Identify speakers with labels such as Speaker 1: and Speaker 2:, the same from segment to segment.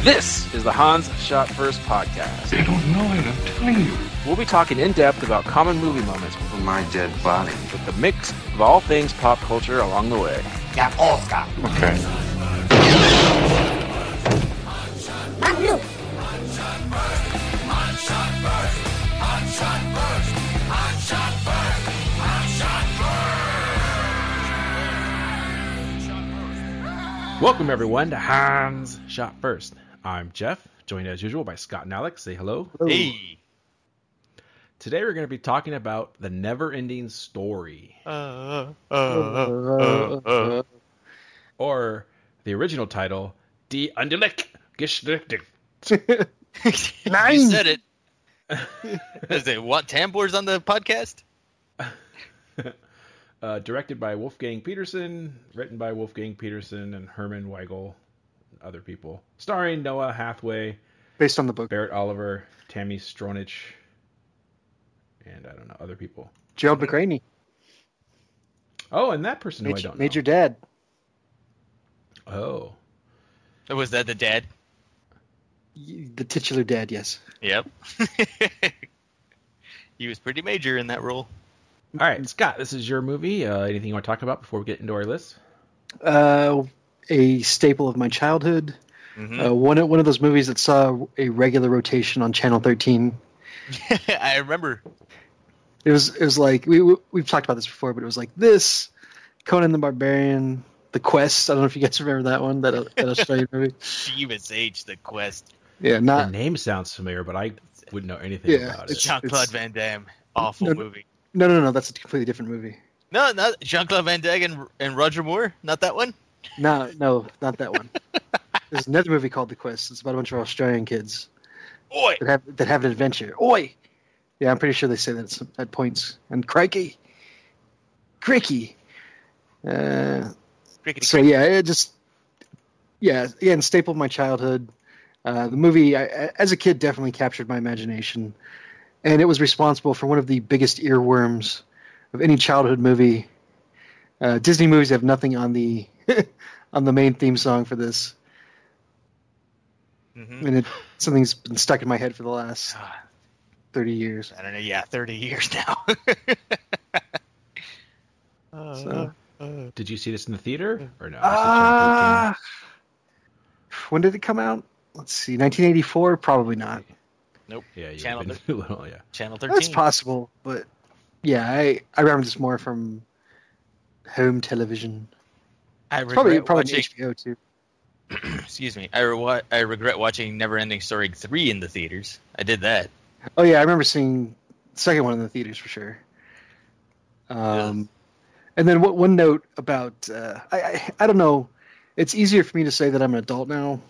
Speaker 1: This is the Hans Shot First podcast.
Speaker 2: They don't know it, I'm telling you.
Speaker 1: We'll be talking in depth about common movie moments
Speaker 3: my dead body.
Speaker 1: with the mix of all things pop culture along the way.
Speaker 2: Okay.
Speaker 1: Welcome everyone to Hans Shot First. I'm Jeff, joined as usual by Scott and Alex. Say hello.
Speaker 4: Hey.
Speaker 1: Today we're going to be talking about the never-ending story,
Speaker 4: Uh, uh, uh, uh,
Speaker 1: or the original title, Die Underlich Geschichte.
Speaker 4: Nine. You said it. Is it what Tambler's on the podcast?
Speaker 1: uh, directed by Wolfgang Peterson, written by Wolfgang Peterson and Herman Weigel, and other people, starring Noah Hathaway,
Speaker 5: based on the book.
Speaker 1: Barrett Oliver, Tammy Stronich, and I don't know other people.
Speaker 5: Gerald McRaney
Speaker 1: Oh, and that person who I
Speaker 5: made,
Speaker 1: don't
Speaker 5: made
Speaker 1: know.
Speaker 5: your dad.
Speaker 1: Oh,
Speaker 4: Or was that the dad?
Speaker 5: Y- The titular dad, yes.
Speaker 4: Yep. he was pretty major in that role.
Speaker 1: all right, Scott. This is your movie. Uh, anything you want to talk about before we get into our list?
Speaker 5: Uh, a staple of my childhood.
Speaker 1: Mm-hmm.
Speaker 4: Mhm.
Speaker 5: Uh, one of- one of those movies that saw a regular rotation on Channel 13.
Speaker 4: I remember.
Speaker 5: It was it was like we we- we've talked about this before, but it was like this, Conan the Barbarian, The Quest. I don't know if you guys remember that one, that, that Australian movie.
Speaker 4: Jeeves H. The Quest.
Speaker 5: Yeah,
Speaker 1: the
Speaker 5: not
Speaker 1: name sounds familiar, but I wouldn't know anything
Speaker 5: Uh, Yeah,
Speaker 1: about it.
Speaker 5: it's-
Speaker 4: Jean Claude Van Damme. Awful
Speaker 5: No, no.
Speaker 4: movie.
Speaker 5: no no no. That's a completely different movie.
Speaker 4: No, not Jean Claude Van Damme and, and Roger Moore. Not that one.
Speaker 5: No no, not that one. There's another movie called The Quest. It's about a bunch of Australian kids.
Speaker 4: Boy.
Speaker 5: that have that have an adventure. Oi! Yeah, I'm pretty sure they say that at some- at points. And crikey, crikey. Uh,
Speaker 4: Crickety
Speaker 5: so yeah, it just yeah again staple of my childhood. Uh, the movie I, I- as a kid definitely captured my imagination, and it was responsible for one of the biggest earworms of any childhood movie. Uh, Disney movies have nothing on the on the main theme song for this,
Speaker 4: Mhm.
Speaker 5: and it something's been stuck in my head for the last
Speaker 4: God,
Speaker 5: thirty years.
Speaker 4: I don't know. Yeah, 30 years now. Uh,
Speaker 5: So-
Speaker 4: uh,
Speaker 1: Did you see this in the theater or no?
Speaker 5: Uh-huh. Ah, when did it come out? Let's see, 1984. Probably not.
Speaker 4: nope.
Speaker 1: yeah, you
Speaker 4: Channel
Speaker 1: been too little, yeah.
Speaker 4: Channel 13.
Speaker 5: That's possible, but yeah, I I remember this more from home television.
Speaker 4: I
Speaker 5: Probably
Speaker 4: regret
Speaker 5: probably
Speaker 4: watching-
Speaker 5: HBO too.
Speaker 4: Excuse me. I, re- I regret watching Neverending Story 3 in the theaters. I did that.
Speaker 5: Oh yeah, I remember seeing the second one in the theaters for sure. Um, and then what, one note about uh, I, I I don't know. It's easier for me to say that I'm an adult now,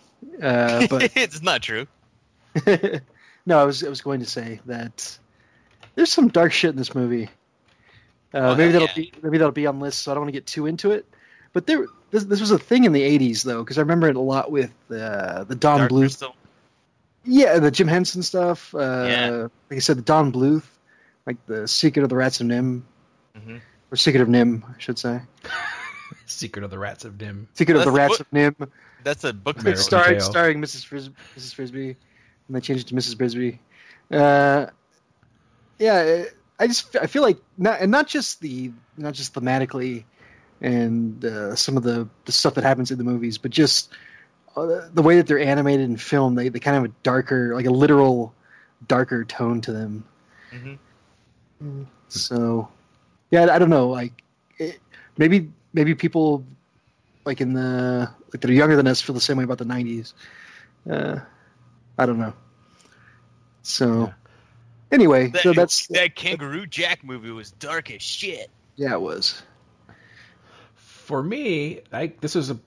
Speaker 5: uh, but
Speaker 4: it's not true.
Speaker 5: no, I was I was going to say that there's some dark shit in this movie. Uh,
Speaker 4: Oh,
Speaker 5: maybe
Speaker 4: hell
Speaker 5: that'll
Speaker 4: yeah.
Speaker 5: be maybe that'll be on lists. So I don't want to get too into it. But there, this, this was a thing in the '80s though, because I remember it a lot with uh, the Don
Speaker 4: Dark
Speaker 5: Bluth,
Speaker 4: Crystal.
Speaker 5: yeah, the Jim Henson stuff. Uh,
Speaker 4: Yeah.
Speaker 5: like I said, the Don Bluth, like the Secret of the Rats of Nim,
Speaker 4: Mhm.
Speaker 5: or Secret of Nim, I should say,
Speaker 1: Secret of the Rats of Dim.
Speaker 5: Secret of
Speaker 4: That's
Speaker 5: the
Speaker 4: the
Speaker 5: Rats
Speaker 4: book-
Speaker 5: of Nim,
Speaker 4: That's a book.
Speaker 1: Meryl.
Speaker 4: Meryl.
Speaker 5: starring
Speaker 1: Tale.
Speaker 5: starring Mrs. Fris- Mrs. Frisbee, and they changed it to Mrs. Frisbee. Uh, yeah, it- I just I feel like not and not just the not just thematically and uh, some of the, the stuff that happens in the movies, but just uh, the way that they're animated and filmed. They they kind of have a darker, like a literal darker tone to them. Mm-hmm.
Speaker 4: Mhm.
Speaker 5: So, yeah, I don't know. Like, it, maybe maybe people like in the like that are younger than us feel the same way about the '90s. Uh, I don't know. So,
Speaker 1: Yeah.
Speaker 5: anyway,
Speaker 4: That,
Speaker 5: so that's
Speaker 4: that Kangaroo Jack movie was dark as shit.
Speaker 5: yeah, it was.
Speaker 1: for me, I this was a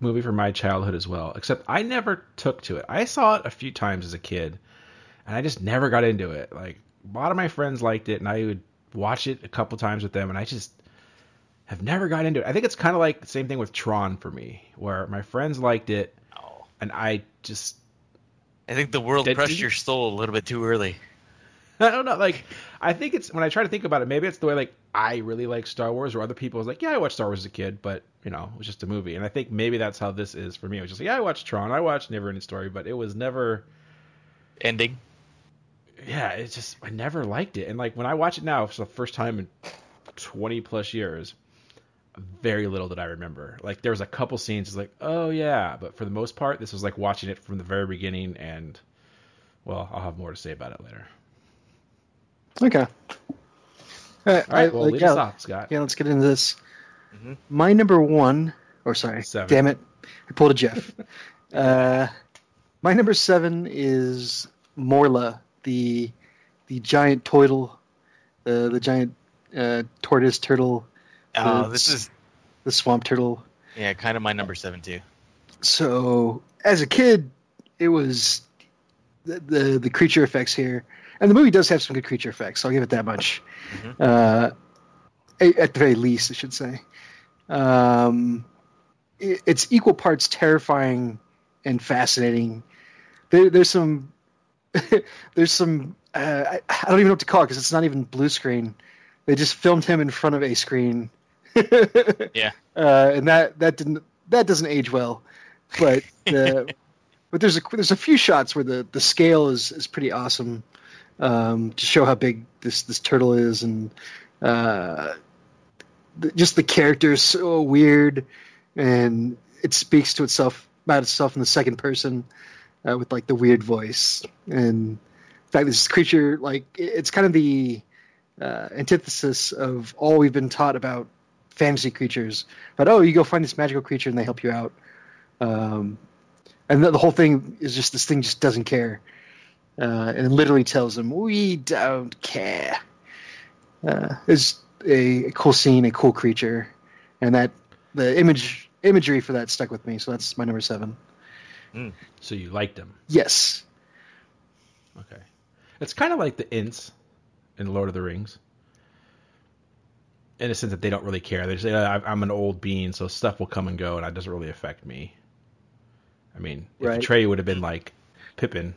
Speaker 1: movie from my childhood as well. Except I never took to it. I saw it a few times as a kid, and I just never got into it. Like a lot of my friends liked it, and I would watch it a couple times with them, and I just have never got into it. I think it's kind of like the same thing with Tron for me, where my friends liked it,
Speaker 4: Oh.
Speaker 1: and I just
Speaker 4: I think the world
Speaker 1: Did-
Speaker 4: crushed
Speaker 1: did-
Speaker 4: your soul a little bit too early.
Speaker 6: I don't know. Like, I think it's when I try to think about it, maybe it's the way like I really like Star Wars, or other people was like, yeah, I watched Star Wars as a kid, but you know, it was just a movie. And I think maybe that's how this is for me. It was just like, yeah, I watched Tron, I watched Neverending Story, but it was never,
Speaker 4: Ending.
Speaker 6: yeah, it's just I never liked it. And like when I watch it now for the first time in twenty plus years, very little did I remember. Like there was a couple scenes, it's like, oh yeah, but for the most part, this was like watching it from the very beginning. And well, I'll have more to say about it later.
Speaker 5: Okay. All right,
Speaker 6: All right,
Speaker 5: I-
Speaker 6: well,
Speaker 5: like,
Speaker 6: lead
Speaker 5: yeah,
Speaker 6: us off, Scott.
Speaker 5: yeah, let's get into this.
Speaker 4: Mhm.
Speaker 5: My number one, or sorry,
Speaker 6: Seven.
Speaker 5: damn it, I pulled a Jeff. uh, my number seven is Morla, the the giant turtle, the the giant uh, tortoise turtle,
Speaker 4: Uh,
Speaker 5: Oops.
Speaker 4: this is
Speaker 5: the swamp turtle.
Speaker 4: yeah, kind of my number seven too.
Speaker 5: So as a kid, it was the the, the creature effects here, and the movie does have some good creature effects. So I'll give it that much.
Speaker 4: Mhm.
Speaker 5: Uh, a- at the very least, I should say. Um, i- it's equal parts terrifying and fascinating. There, there's some. there's some. Uh, I, I don't even know what to call it because it's not even blue screen. They just filmed him in front of a screen.
Speaker 4: Yeah.
Speaker 5: Uh, and that that didn't that doesn't age well, but uh, but there's a there's a few shots where the, the scale is, is pretty awesome um, to show how big this this turtle is and uh, th- just the character is so weird and it speaks to itself about itself in the second person uh, with like the weird voice and in fact this creature like i- it's kind of the uh, antithesis of all we've been taught about fantasy creatures but oh you go find this magical creature and they help you out um, and the, the whole thing is just this thing just doesn't care uh, and literally tells them we don't care uh, is a, a cool scene a cool creature and that the image imagery for that stuck with me so that's my number seven
Speaker 6: So you liked him.
Speaker 5: yes
Speaker 6: Okay. It's kind of like the Ints in Lord of the Rings. In a sense that they don't really care. They just say, "Uh, I- I'm an old being, so stuff will come and go, and it doesn't really affect me. I mean, if
Speaker 5: Right.
Speaker 6: Atreyu would have been like Pippin,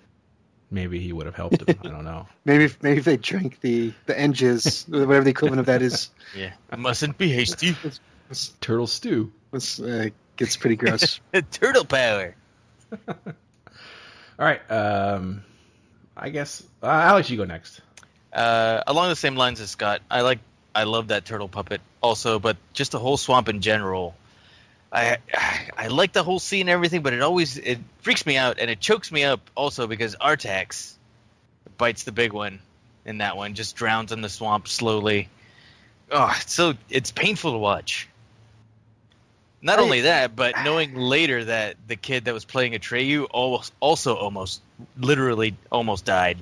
Speaker 6: maybe he would have helped him. I don't know.
Speaker 5: maybe if, maybe if they drank the the enges whatever the equivalent of that is
Speaker 4: Yeah, mustn't be hasty.
Speaker 5: was,
Speaker 6: Turtle stew.
Speaker 5: was uh, gets pretty gross
Speaker 4: Turtle power.
Speaker 6: All right. Um, I guess uh, Alex, you go next.
Speaker 4: Uh, along the same lines as Scott, I like I love that turtle puppet also, but just the whole swamp in general. I I like the whole scene and everything, but it always it freaks me out and it chokes me up also because Artax bites the big one in that one, just drowns in the swamp slowly. Oh, it's so it's painful to watch. Not
Speaker 5: I-
Speaker 4: only that, but knowing later that the kid that was playing Atreyu almost also almost literally almost died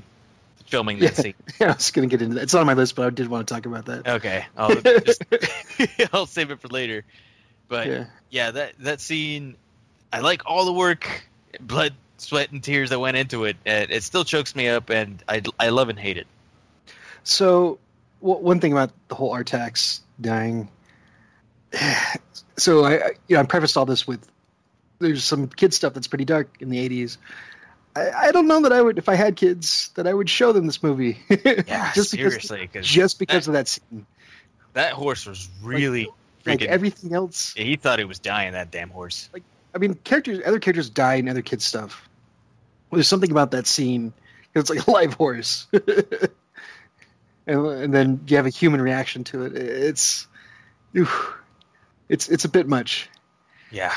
Speaker 4: filming that
Speaker 5: Yeah.
Speaker 4: scene.
Speaker 5: yeah, i was gonna get into that it's not on my list but i did want to talk about that
Speaker 4: Okay, I'll, just, I'll save it for later. But yeah.
Speaker 5: yeah
Speaker 4: that that scene, I like all the work, blood, sweat, and tears that went into it, and it still chokes me up, and I, I love and hate it.
Speaker 5: So, w- one thing about the whole Artax dying. So I, I, you know, I prefaced all this with there's some kid stuff that's pretty dark in the '80s. I, I don't know that I would, if I had kids, that I would show them this movie.
Speaker 4: Yeah,
Speaker 5: just because,
Speaker 4: seriously, because
Speaker 5: just because of that scene.
Speaker 4: that horse was really
Speaker 5: Like
Speaker 4: freaking.
Speaker 5: everything else,
Speaker 4: he thought he was dying. That damn horse.
Speaker 5: I mean, characters, other characters die in other kids stuff. There's something about that scene. It's like a live horse, and, and then you have a human reaction to it. It's, oof, it's it's a bit much.
Speaker 4: Yeah,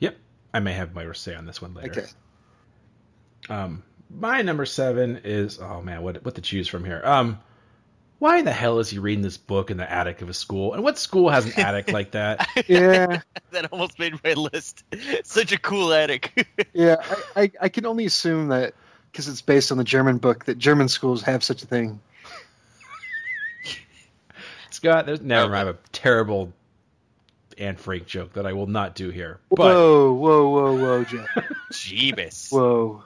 Speaker 6: Yep. I may have my say on this one later.
Speaker 5: Okay,
Speaker 6: Um, my number seven is oh man, what what to choose from here? Um, why in the hell is he reading this book in the attic of a school? And what school has an attic like that?
Speaker 5: yeah,
Speaker 4: that almost made my list. Such a cool attic.
Speaker 5: yeah. I, I, I can only assume that because it's based on the German book that German schools have such a thing.
Speaker 6: Scott, there's never mind. I have a terrible Anne Frank joke that I will not do here. But
Speaker 5: Whoa, whoa, whoa, whoa, Jeff.
Speaker 4: Jeebus.
Speaker 5: Whoa.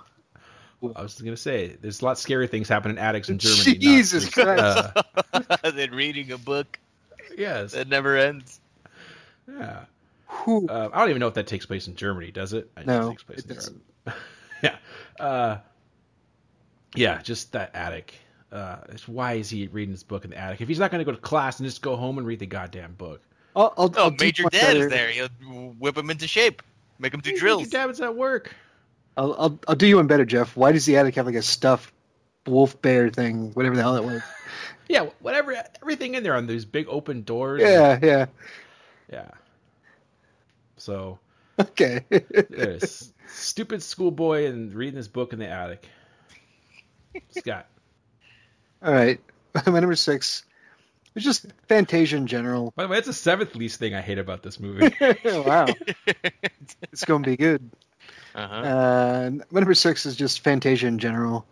Speaker 6: I was gonna say there's a lot scarier things happen in attics in Germany. not-
Speaker 5: Jesus Christ.
Speaker 6: Uh,
Speaker 4: then reading a book
Speaker 6: yes.
Speaker 4: that never ends.
Speaker 6: Yeah.
Speaker 5: Whew.
Speaker 6: Uh, I don't even know if that takes place in Germany, does it? I
Speaker 5: No,
Speaker 6: it takes place
Speaker 5: it
Speaker 6: in
Speaker 5: doesn't.
Speaker 6: Europe. yeah. Uh, yeah, just that attic. Uh, it's why is he reading this book in the attic? If he's not going to go to class and just go home and read the goddamn book,
Speaker 5: I'll, I'll,
Speaker 4: Oh,
Speaker 5: I'll do
Speaker 4: Major
Speaker 5: one
Speaker 4: Dad
Speaker 5: better.
Speaker 4: is there. He'll whip him into shape, make him do
Speaker 6: Hey,
Speaker 4: drills.
Speaker 6: Your dad was at work.
Speaker 5: I'll, I'll, I'll do you one better, Jeff. Why does the attic have like a stuffed wolf bear thing, whatever the hell that was?
Speaker 6: Yeah, whatever. Everything in there on these big open doors.
Speaker 5: Yeah, yeah.
Speaker 6: yeah. So
Speaker 5: Okay.
Speaker 6: there's stupid schoolboy and reading this book in the attic. Scott.
Speaker 5: All right. My number six It's just Fantasia in general.
Speaker 6: By the way, that's the seventh least thing I hate about this movie.
Speaker 5: wow. It's going to be good.
Speaker 4: uh-huh.
Speaker 5: Uh, my number six is just Fantasia in general.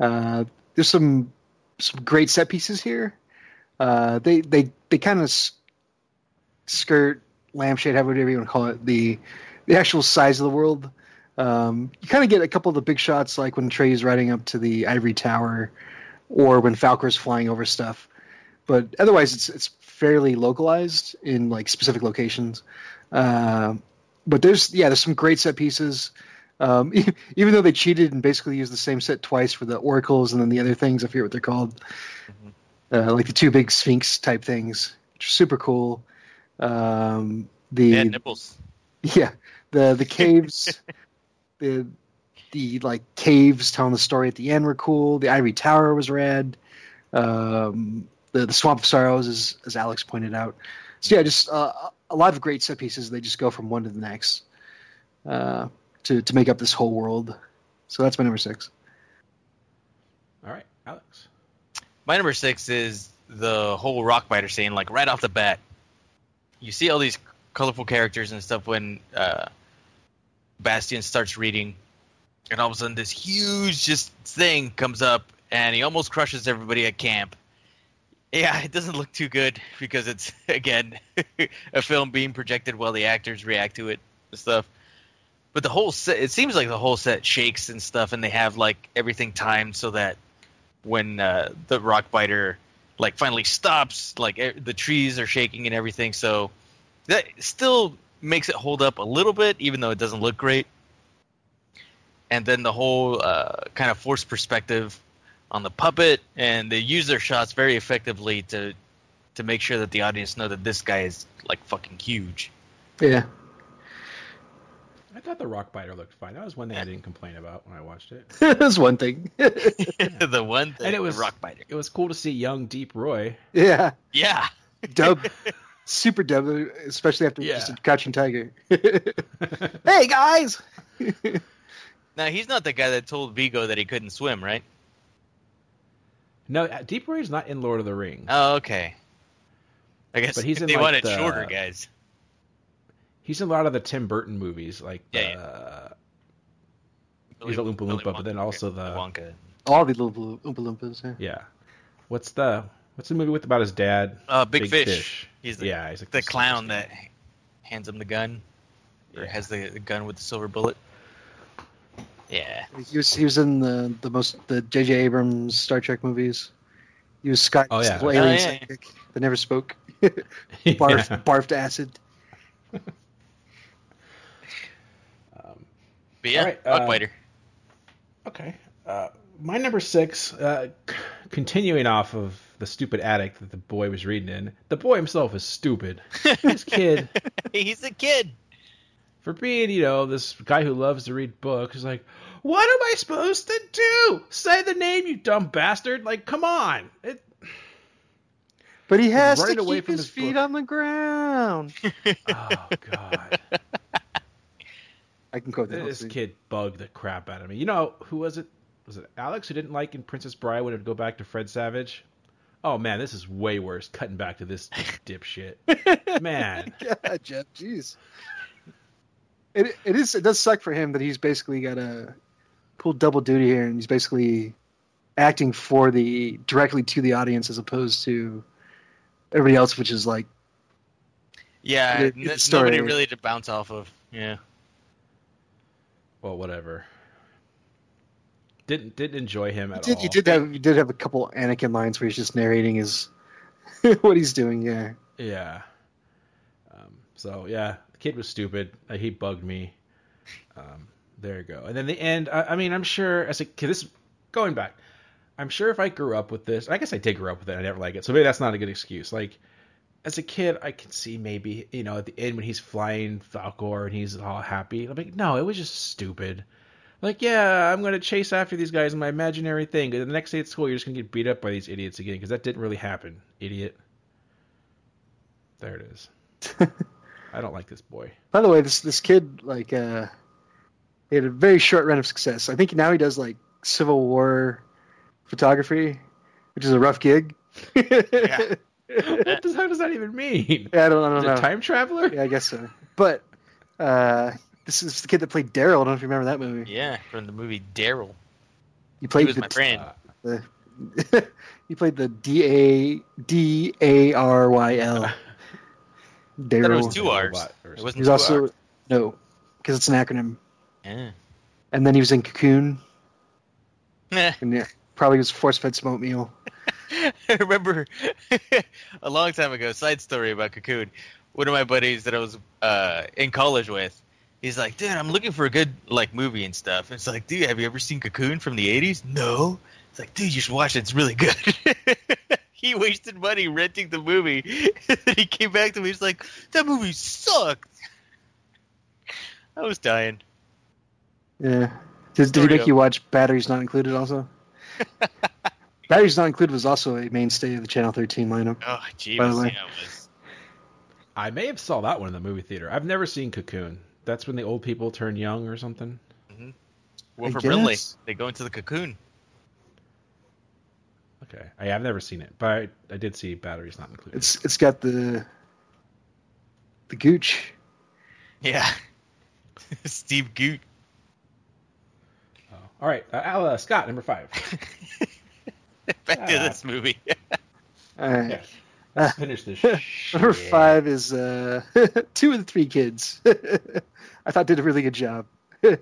Speaker 5: Uh, there's some some great set pieces here. Uh, they they they kind of s- skirt lampshade, however whatever you want to call it, the the actual size of the world. Um, you kind of get a couple of the big shots, like when Trey's riding up to the ivory tower, or when Falconer's flying over stuff. But otherwise, it's it's fairly localized in like specific locations. Uh, but there's yeah, there's some great set pieces. Um, e- even though they cheated and basically used the same set twice for the oracles and then the other things, I forget what they're called, uh, like the two big sphinx type things, which are super cool. Um, the
Speaker 4: Bad nipples.
Speaker 5: yeah, the the caves, the the like caves telling the story at the end were cool. The ivory tower was rad. Um, the the swamp of sorrows, as as Alex pointed out. So yeah, just uh, a lot of great set pieces. They just go from one to the next uh, to to make up this whole world. So that's my number six.
Speaker 6: All right, Alex.
Speaker 4: My number six is the whole Rockbiter scene, like right off the bat. You see all these colorful characters and stuff when uh, Bastion starts reading, and all of a sudden this huge just thing comes up, and he almost crushes everybody at camp. Yeah, it doesn't look too good because it's again a film being projected while the actors react to it and stuff. But the whole set, it seems like the whole set shakes and stuff, and they have like everything timed so that when uh, the rock biter like finally stops like e- the trees are shaking and everything so that still makes it hold up a little bit even though it doesn't look great and then the whole uh, kind of forced perspective on the puppet and they use their shots very effectively to to make sure that the audience know that this guy is like fucking huge
Speaker 5: Yeah,
Speaker 6: I thought the rock biter looked fine. That was one thing I didn't complain about when I watched it.
Speaker 5: that's one thing.
Speaker 4: the one thing
Speaker 6: And it was-
Speaker 4: the rock biter
Speaker 6: It was cool to see young Deep Roy.
Speaker 5: yeah,
Speaker 4: yeah
Speaker 5: dub, super dub, especially after
Speaker 6: Yeah.
Speaker 5: just a crouching tiger. hey guys.
Speaker 4: now he's not the guy that told vigo that he couldn't swim right
Speaker 6: No, uh, Deep Roy is not in Lord of the Rings.
Speaker 4: Oh, okay. I guess
Speaker 6: But he's
Speaker 4: if
Speaker 6: in,
Speaker 4: they
Speaker 6: like,
Speaker 4: wanted
Speaker 6: the-
Speaker 4: shorter guys.
Speaker 6: He's in a lot of the Tim Burton movies, like the,
Speaker 4: Yeah,
Speaker 6: he's a Oompa Loompa, but then also the-
Speaker 4: Wonka.
Speaker 5: All the little Oompa Loompas. Yeah.
Speaker 6: yeah. What's the what's the movie with about his dad?
Speaker 4: Uh, Big, Fish. He's the,
Speaker 6: yeah, he's like
Speaker 4: the
Speaker 6: this-
Speaker 4: clown that hands him the gun, or
Speaker 6: Yeah.
Speaker 4: has the, the gun with the silver bullet. Yeah,
Speaker 5: He was he was in the the most the J.J. Abrams Star Trek movies. He was Scott,
Speaker 6: Oh, yeah.
Speaker 5: the alien
Speaker 4: Oh, yeah.
Speaker 5: sidekick that never spoke.
Speaker 6: Yeah.
Speaker 5: Barf, barfed acid.
Speaker 4: but yeah,
Speaker 6: Alright, uh,
Speaker 4: Buckbiter.
Speaker 6: Okay. Uh, my number six, uh, c- continuing off of the stupid attic that the boy was reading in, the boy himself is stupid. this kid,
Speaker 4: he's a kid.
Speaker 6: for being, you know, this guy who loves to read books, is like, what am I supposed to do? Say the name, you dumb bastard. Like, come on. It,
Speaker 5: But he has to
Speaker 6: running
Speaker 5: keep
Speaker 6: away from
Speaker 5: his
Speaker 6: his
Speaker 5: feet
Speaker 6: book.
Speaker 5: on the ground.
Speaker 6: oh, God.
Speaker 5: I can quote that.
Speaker 6: this kid bugged the crap out of me. You know, who was it? Was it Alex who didn't like in Princess Bride when it would go back to Fred Savage? Oh, man, this is way worse. Cutting back to this dipshit. Man.
Speaker 5: God, Jeff, jeez. It it is it does suck for him that he's basically got to pull double duty here, and he's basically acting for the directly to the audience as opposed to everybody else, which is like
Speaker 4: Yeah,
Speaker 5: Good-
Speaker 4: n-
Speaker 5: good story.
Speaker 4: nobody really to bounce off of. Yeah,
Speaker 6: Well, whatever. Didn't didn't enjoy him
Speaker 5: You
Speaker 6: at
Speaker 5: did,
Speaker 6: all.
Speaker 5: you did have you did have a couple Anakin lines where he's just narrating his what he's doing. Yeah,
Speaker 6: Yeah. Um, so yeah, the kid was stupid. Uh, he bugged me. Um, there you go. And then the end. I, I mean, I'm sure as a kid, this going back, I'm sure if I grew up with this, I guess I did grow up with it. I never like it, so maybe that's not a good excuse. Like as a kid, I can see maybe you know at the end when he's flying Falcor and he's all happy. I'm like, no, it was just stupid. Like, yeah, I'm gonna chase after these guys in my imaginary thing. And the next day at school, you're just gonna get beat up by these idiots again because that didn't really happen, idiot. There it is. I don't like this boy.
Speaker 5: By the way, this this kid like uh, he had a very short run of success. I think now he does like Civil War photography, which is a rough gig. yeah.
Speaker 6: what does, how does that even mean? Uh-huh.
Speaker 5: I don't, I don't
Speaker 6: Is
Speaker 5: know.
Speaker 6: it time traveler?
Speaker 5: Yeah, I guess so. But uh, this is the kid that played Daryl. I don't know if you remember that movie.
Speaker 4: Yeah, from the movie Daryl.
Speaker 5: He
Speaker 4: He
Speaker 5: played
Speaker 4: was
Speaker 5: the
Speaker 4: my friend.
Speaker 5: the he played the D A D A R Y L.
Speaker 4: I thought it
Speaker 5: Daryl.
Speaker 4: was two R's.
Speaker 6: Robot or
Speaker 4: It
Speaker 6: something.
Speaker 4: wasn't
Speaker 5: He's
Speaker 4: two
Speaker 5: also
Speaker 4: R's.
Speaker 5: no, because it's an acronym.
Speaker 4: Yeah.
Speaker 5: And then he was in Cocoon,
Speaker 4: Nah,
Speaker 5: and yeah, probably was force fed smoke meal.
Speaker 4: I remember a long time ago, side story about Cocoon. One of my buddies that I was uh, in college with, he's like, "Dude, I'm looking for a good like movie and stuff." And it's like, "Dude, have you ever seen Cocoon from the '80s?" No. It's like, "Dude, you should watch it. It's really good." he wasted money renting the movie. he came back to me. He's like, "That movie sucked." I was dying.
Speaker 5: Yeah. Did, did he
Speaker 4: There we
Speaker 5: make
Speaker 4: go.
Speaker 5: you watch Batteries Not Included also? Batteries Not Included was also a mainstay of the Channel 13 lineup.
Speaker 4: Oh, jeez,
Speaker 5: By the way.
Speaker 4: yeah, it was.
Speaker 6: I may have saw that one in the movie theater. I've never seen Cocoon. That's when the old people turn young or something.
Speaker 4: Well,
Speaker 5: I
Speaker 4: for Brindley,
Speaker 5: guess.
Speaker 4: they go into the cocoon.
Speaker 6: Okay, I, I've never seen it, but I, I did see batteries not included.
Speaker 5: It's it's got the the gooch.
Speaker 4: Yeah. Steve Goot.
Speaker 6: Oh. All right, uh, Al- uh, Scott, number five.
Speaker 4: Back to
Speaker 6: Ah.
Speaker 4: this movie.
Speaker 5: All right.
Speaker 6: Yeah. Let's finish this. shit.
Speaker 5: Number five is uh, two of the three kids. I thought did a really good job.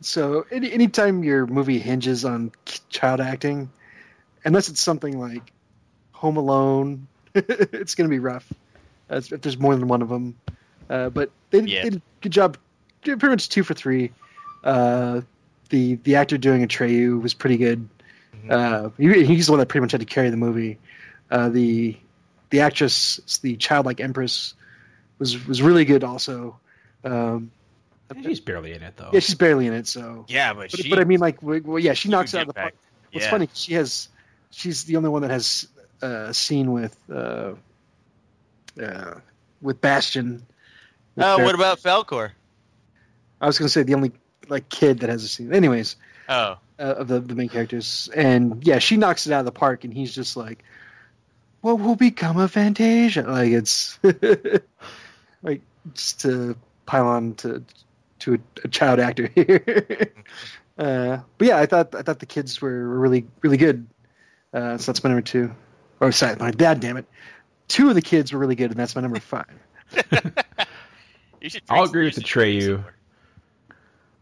Speaker 5: so any anytime your movie hinges on k- child acting, unless it's something like Home Alone, it's going to be rough. Uh, if there's more than one of them, uh, but they,
Speaker 4: Yeah.
Speaker 5: they did a good job. Did Pretty much two for three. Uh, the the actor doing Atreyu was pretty good. Uh, he, he's the one that pretty much had to carry the movie. Uh, the the actress, the childlike empress, was was really good also. Um,
Speaker 6: She's barely in it though.
Speaker 5: yeah, she's barely in it, so.
Speaker 4: Yeah, but,
Speaker 5: But,
Speaker 4: she.
Speaker 5: but I mean, like, w- well, yeah,
Speaker 4: she
Speaker 5: she knocks
Speaker 4: would
Speaker 5: it out of the
Speaker 4: get
Speaker 5: park.
Speaker 4: back.
Speaker 5: What's
Speaker 4: Yeah.
Speaker 5: funny, she has, she's the only one that has uh, scene with, uh, uh, with Bastion. With
Speaker 4: Oh,
Speaker 5: Bar-
Speaker 4: what about Falcor?
Speaker 5: I was gonna say the only like kid that has a scene. Anyways,
Speaker 4: Oh,
Speaker 5: uh, of the, the main characters. And yeah, she knocks it out of the park, and he's just like, "What will become of Fantasia?" Like it's like just to pile on to to a, a child actor here. uh, but yeah, I thought I thought the kids were really really good. Uh, so that's my number two. Or sorry, my dad. Damn it, two of the kids were really good, and that's my number five.
Speaker 4: you should.
Speaker 6: I'll
Speaker 4: drink
Speaker 6: agree with
Speaker 4: some
Speaker 6: the Treyu.
Speaker 4: somewhere.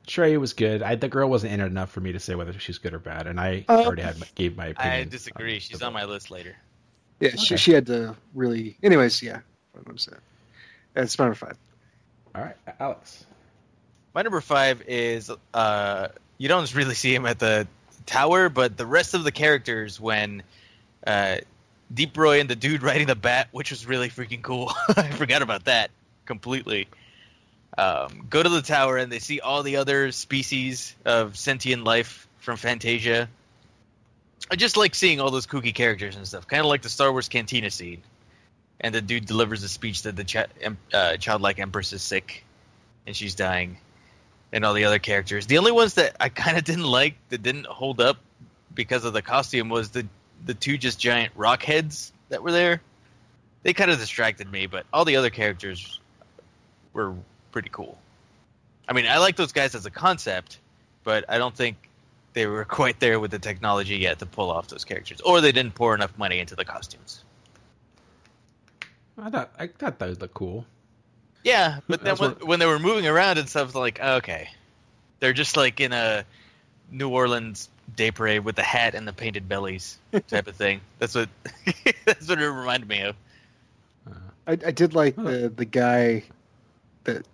Speaker 6: Trey was good. I, the girl wasn't in it enough for me to say whether she's good or bad, and I
Speaker 5: Uh,
Speaker 6: already had my, gave my opinion.
Speaker 4: I disagree. She's on my list later.
Speaker 5: Yeah, she, she had to really. Anyways, yeah, what I'm saying. That's my number five.
Speaker 6: All right, Alex.
Speaker 4: My number five is uh, you don't really see him at the tower, but the rest of the characters when uh, Deep Roy and the dude riding the bat, which was really freaking cool. I forgot about that completely. Um, go to the tower and they see all the other species of sentient life from Fantasia. I just like seeing all those kooky characters and stuff, kind of like the Star Wars Cantina scene. And the dude delivers a speech that the chi- em- uh, childlike empress is sick and she's dying and all the other characters. The only ones that I kind of didn't like that didn't hold up because of the costume was the the two just giant rock heads that were there. They kind of distracted me, but all the other characters were pretty cool. I mean, I like those guys as a concept, but I don't think they were quite there with the technology yet to pull off those characters, or they didn't pour enough money into the costumes.
Speaker 6: I thought I thought those looked cool.
Speaker 4: Yeah, but then
Speaker 6: That's
Speaker 4: when,
Speaker 6: what-
Speaker 4: when they were moving around and stuff, like okay, they're just like in a New Orleans day parade with the hat and the painted bellies type of thing. That's what that's what it reminded me of.
Speaker 5: I, I did like
Speaker 6: Huh.
Speaker 5: the the guy that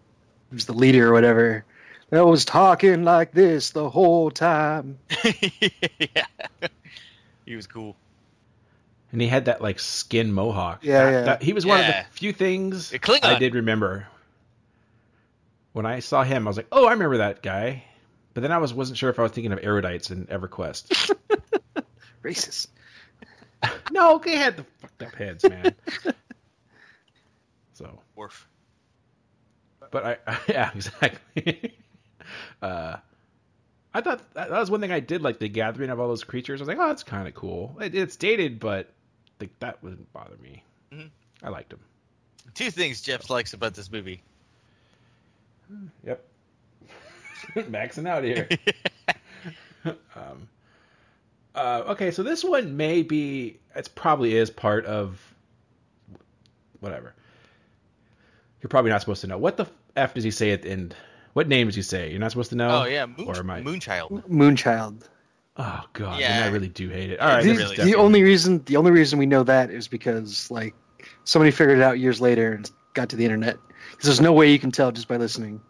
Speaker 5: was the leader or whatever. I was talking like this the whole time.
Speaker 4: yeah, he was cool.
Speaker 6: and he had that like skin mohawk.
Speaker 5: Yeah,
Speaker 6: That-
Speaker 5: yeah.
Speaker 6: that- he was one of
Speaker 4: Yeah.
Speaker 6: the few things
Speaker 4: A Klingon.
Speaker 6: I did remember. When I saw him, I was like, "Oh, I remember that guy," but then I was wasn't sure if I was thinking of erudites in EverQuest.
Speaker 5: Racist.
Speaker 6: no, they had the fucked up heads, man. so,
Speaker 4: Worf.
Speaker 6: but I, yeah, exactly. uh, I thought that, that was one thing I did like the gathering of all those creatures. I was like, "Oh, that's kind of cool." It, it's dated, but like that wouldn't bother me.
Speaker 4: Mhm.
Speaker 6: I liked him.
Speaker 4: Two things Jeff likes about this movie.
Speaker 6: Yep. Maxing out here. um, uh, okay, so this one may be, it probably is part of whatever. You're probably not supposed to know. What the F does he say at the end? What name does he say? You're not supposed to know?
Speaker 4: Oh yeah, Moon,
Speaker 6: Or am I-
Speaker 4: Moonchild.
Speaker 5: Moonchild.
Speaker 6: Oh, God.
Speaker 4: Yeah.
Speaker 6: then I really do hate it. All right.
Speaker 5: the,
Speaker 6: this is
Speaker 4: really-
Speaker 5: the
Speaker 6: definitely-
Speaker 5: only reason the only reason we know that is because like somebody figured it out years later and got to the internet. 'Cause there's no way you can tell just by listening.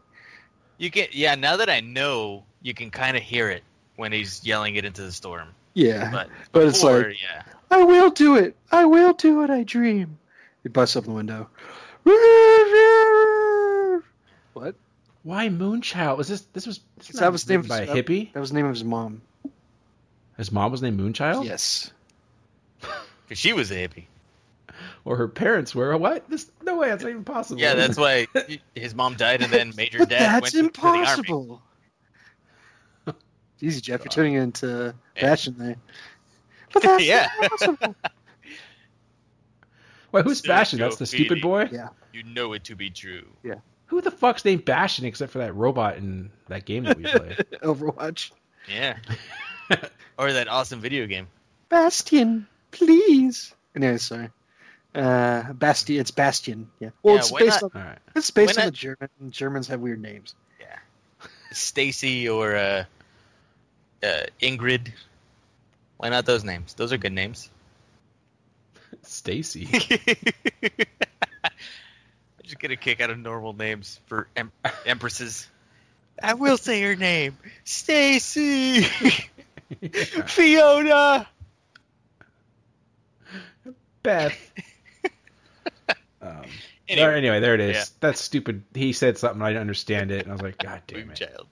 Speaker 4: You can yeah. Now that I know, you can kind of hear it when he's yelling it into the storm.
Speaker 5: Yeah,
Speaker 4: But
Speaker 5: But it's
Speaker 4: before,
Speaker 5: like-
Speaker 4: yeah,
Speaker 5: I will do it. I will do it. I dream. He busts up the window. What?
Speaker 6: Why Moonchild? Was this, this was, this
Speaker 5: That
Speaker 6: not
Speaker 5: was named-
Speaker 6: written by a
Speaker 5: that-
Speaker 6: hippie?
Speaker 5: That was the name of his mom.
Speaker 6: His mom was named Moonchild?
Speaker 5: Yes.
Speaker 4: because she was a hippie.
Speaker 6: Or her parents were? What? This, no way. That's not even possible.
Speaker 4: Yeah, that's why his mom died, and then Major
Speaker 5: But
Speaker 4: Dad went
Speaker 5: that's
Speaker 4: to the army.
Speaker 5: impossible. Easy, Jeff. You're turning into fashion there. But that's
Speaker 4: Yeah.
Speaker 5: impossible.
Speaker 6: Wait, who's
Speaker 4: Still
Speaker 6: Bastion? That's the
Speaker 4: Joe
Speaker 6: stupid
Speaker 4: Feedy.
Speaker 6: boy?
Speaker 5: Yeah.
Speaker 4: You know it to be true.
Speaker 6: Who the fuck's named Bastion except for that robot in that game that we played?
Speaker 5: Overwatch.
Speaker 4: Yeah. or that awesome video game.
Speaker 5: Bastion, please. Anyway, sorry. Uh, Bastion. It's Bastion. Yeah. Well,
Speaker 4: Yeah,
Speaker 5: it's
Speaker 4: why
Speaker 5: based
Speaker 4: not-
Speaker 6: All right.
Speaker 5: on it's based
Speaker 4: why
Speaker 5: on the
Speaker 4: not-
Speaker 5: German. Germans have weird names.
Speaker 4: Stacy or uh, uh, Ingrid. Why not those names? Those are good names.
Speaker 6: Stacy.
Speaker 4: I just get a kick out of normal names for em- empresses. I will say her name, Stacy, Fiona.
Speaker 6: Beth. Um,
Speaker 4: Anyway,
Speaker 6: there- anyway, there it is.
Speaker 4: Yeah.
Speaker 6: That's stupid. He said something I didn't understand it, and I was like, God damn it!
Speaker 4: Moonchild.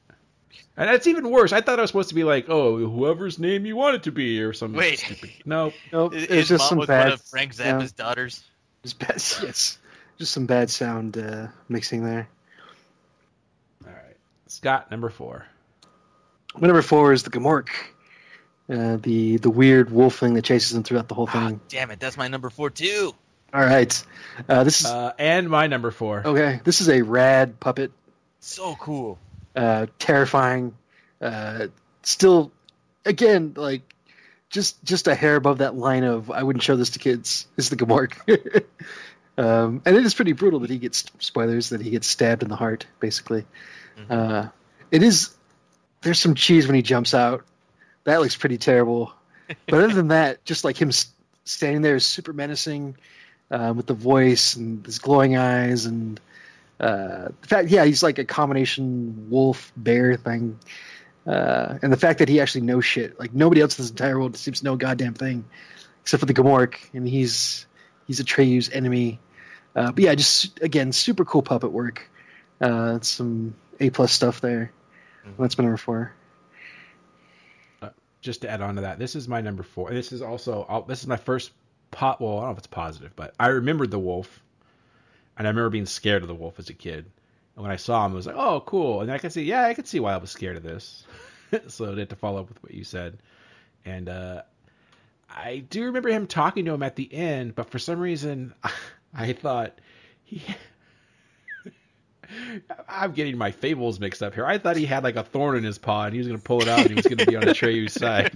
Speaker 6: And that's even worse. I thought I was supposed to be like, oh, whoever's name you want it to be, or something.
Speaker 4: Wait.
Speaker 6: stupid. no.
Speaker 5: Nope.
Speaker 4: His,
Speaker 5: It's
Speaker 4: his
Speaker 5: just
Speaker 4: mom
Speaker 5: some
Speaker 4: was
Speaker 5: bad.
Speaker 4: one of Frank Zappa's daughters.
Speaker 5: Just bad, yes. Just some bad sound uh, mixing there.
Speaker 6: All right. Scott number four.
Speaker 5: My number four is the Gamork, uh, the the weird wolf thing that chases him throughout the whole
Speaker 4: Ah,
Speaker 5: thing.
Speaker 4: damn it, that's my number four too.
Speaker 5: All right, uh, this is
Speaker 6: Uh, and my number four.
Speaker 5: okay. This is a rad puppet,
Speaker 4: So cool.
Speaker 5: uh, terrifying. Uh, still, again, like just just a hair above that line of I wouldn't show this to kids. Is the Gamork. Um, and it is pretty brutal that he gets spoilers that he gets stabbed in the heart, basically. Uh, it is. There's some cheese when he jumps out. That looks pretty terrible. But other than that, just like him s- standing there is super menacing, um, with the voice and his glowing eyes and uh, the fact. Yeah, he's like a combination wolf bear thing. Uh, and the fact that he actually knows shit, like nobody else in this entire world seems to know a goddamn thing, except for the Gamork, and he's he's Atreyu's enemy. Uh, but yeah, just again, super cool puppet work. Uh, some A plus stuff there. That's my number four.
Speaker 6: just to add on to that, this is my number four. This is also I'll, this is my first pot. Well, I don't know if it's positive, but I remembered the wolf, and I remember being scared of the wolf as a kid. And when I saw him, I was like, "Oh, cool!" And I could see, yeah, I could see why I was scared of this. so I had to follow up with what you said, and uh, I do remember him talking to him at the end. But for some reason, I thought he. I'm getting my fables mixed up here. I thought he had like a thorn in his paw and he was going to pull it out and he was going to be on Atreyu's side.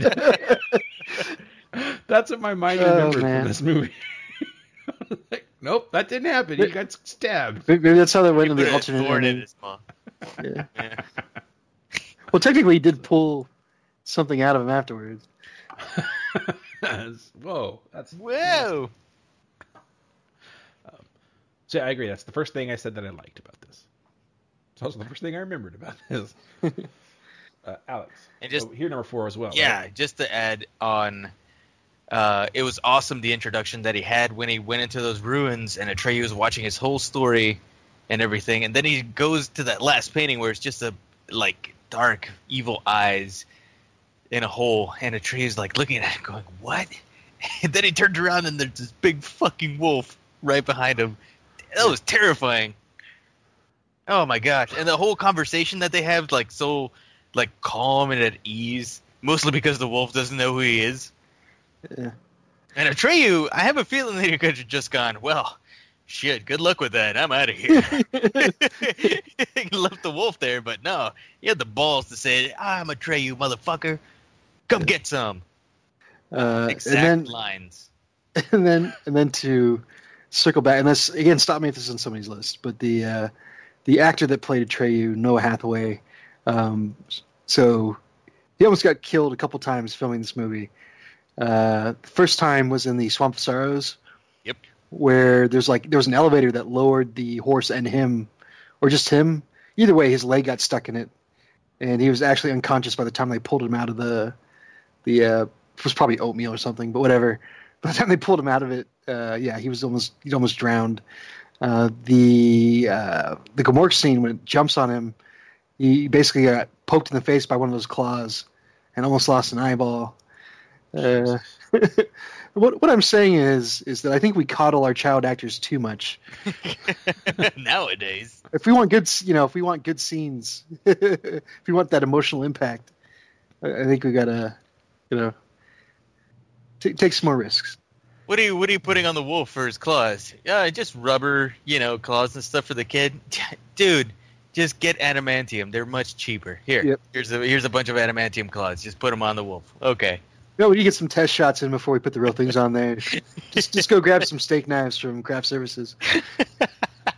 Speaker 6: That's what my mind
Speaker 5: Oh,
Speaker 6: remembered
Speaker 5: man.
Speaker 6: from this movie. like, nope, that didn't happen. He got stabbed.
Speaker 5: Maybe maybe that's how they went in
Speaker 4: Put
Speaker 5: the
Speaker 4: a
Speaker 5: alternate
Speaker 4: thorn in
Speaker 5: ending.
Speaker 4: his mom.
Speaker 5: Yeah.
Speaker 4: Yeah.
Speaker 5: Well, technically, he did pull something out of him afterwards.
Speaker 6: Whoa, that's
Speaker 4: Whoa.
Speaker 6: so. I agree. That's the first thing I said that I liked about this. That was the first thing I remembered about this. uh, Alex,
Speaker 4: And just-
Speaker 6: oh, here number four as well.
Speaker 4: yeah,
Speaker 6: right?
Speaker 4: just to add on, uh, it was awesome the introduction that he had when he went into those ruins and Atreyu was watching his whole story and everything, and then he goes to that last painting where it's just a like dark evil eyes in a hole, and Atreyu's like looking at it, going, "What?" And then he turned around and there's this big fucking wolf right behind him. That was terrifying. Oh my gosh! And the whole conversation that they have, like so, like calm and at ease, mostly because the wolf doesn't know who he is.
Speaker 5: Yeah.
Speaker 4: And Atreyu, I have a feeling that he could have just gone, well, shit, good luck with that. I'm out of here. he left the wolf there, but no, he had the balls to say, I'm Atreyu, motherfucker. Come get some.
Speaker 5: Uh,
Speaker 4: Exact
Speaker 5: and then
Speaker 4: lines.
Speaker 5: and then and then to circle back and this again stop me if this is on somebody's list but the uh, the actor that played Atreyu Noah Hathaway um, so he almost got killed a couple times filming this movie uh, the first time was in the Swamp of Sorrows
Speaker 4: Yep.
Speaker 5: where there's like there was an elevator that lowered the horse and him or just him either way his leg got stuck in it and he was actually unconscious by the time they pulled him out of the the uh, it was probably oatmeal or something but whatever by the time they pulled him out of it, uh, yeah, he was almost he'd almost drowned. Uh, the uh, the Gamork scene when it jumps on him, he basically got poked in the face by one of those claws and almost lost an eyeball. Uh, what what I'm saying is is that I think we coddle our child actors too much.
Speaker 4: Nowadays.
Speaker 5: If we want good, s- you know, if we want good scenes, if we want that emotional impact, I, I think we gotta, you know, t- take some more risks.
Speaker 4: What are you What are you putting on the wolf for his claws? Yeah, just rubber, you know, claws and stuff for the kid. Dude, just get adamantium. They're much cheaper. Here,
Speaker 5: Yep.
Speaker 4: here's a here's a bunch of adamantium claws. Just put them on the wolf. Okay.
Speaker 5: No, we need to get some test shots in before we put the real things on there. just, just go grab some steak knives from craft services.
Speaker 6: A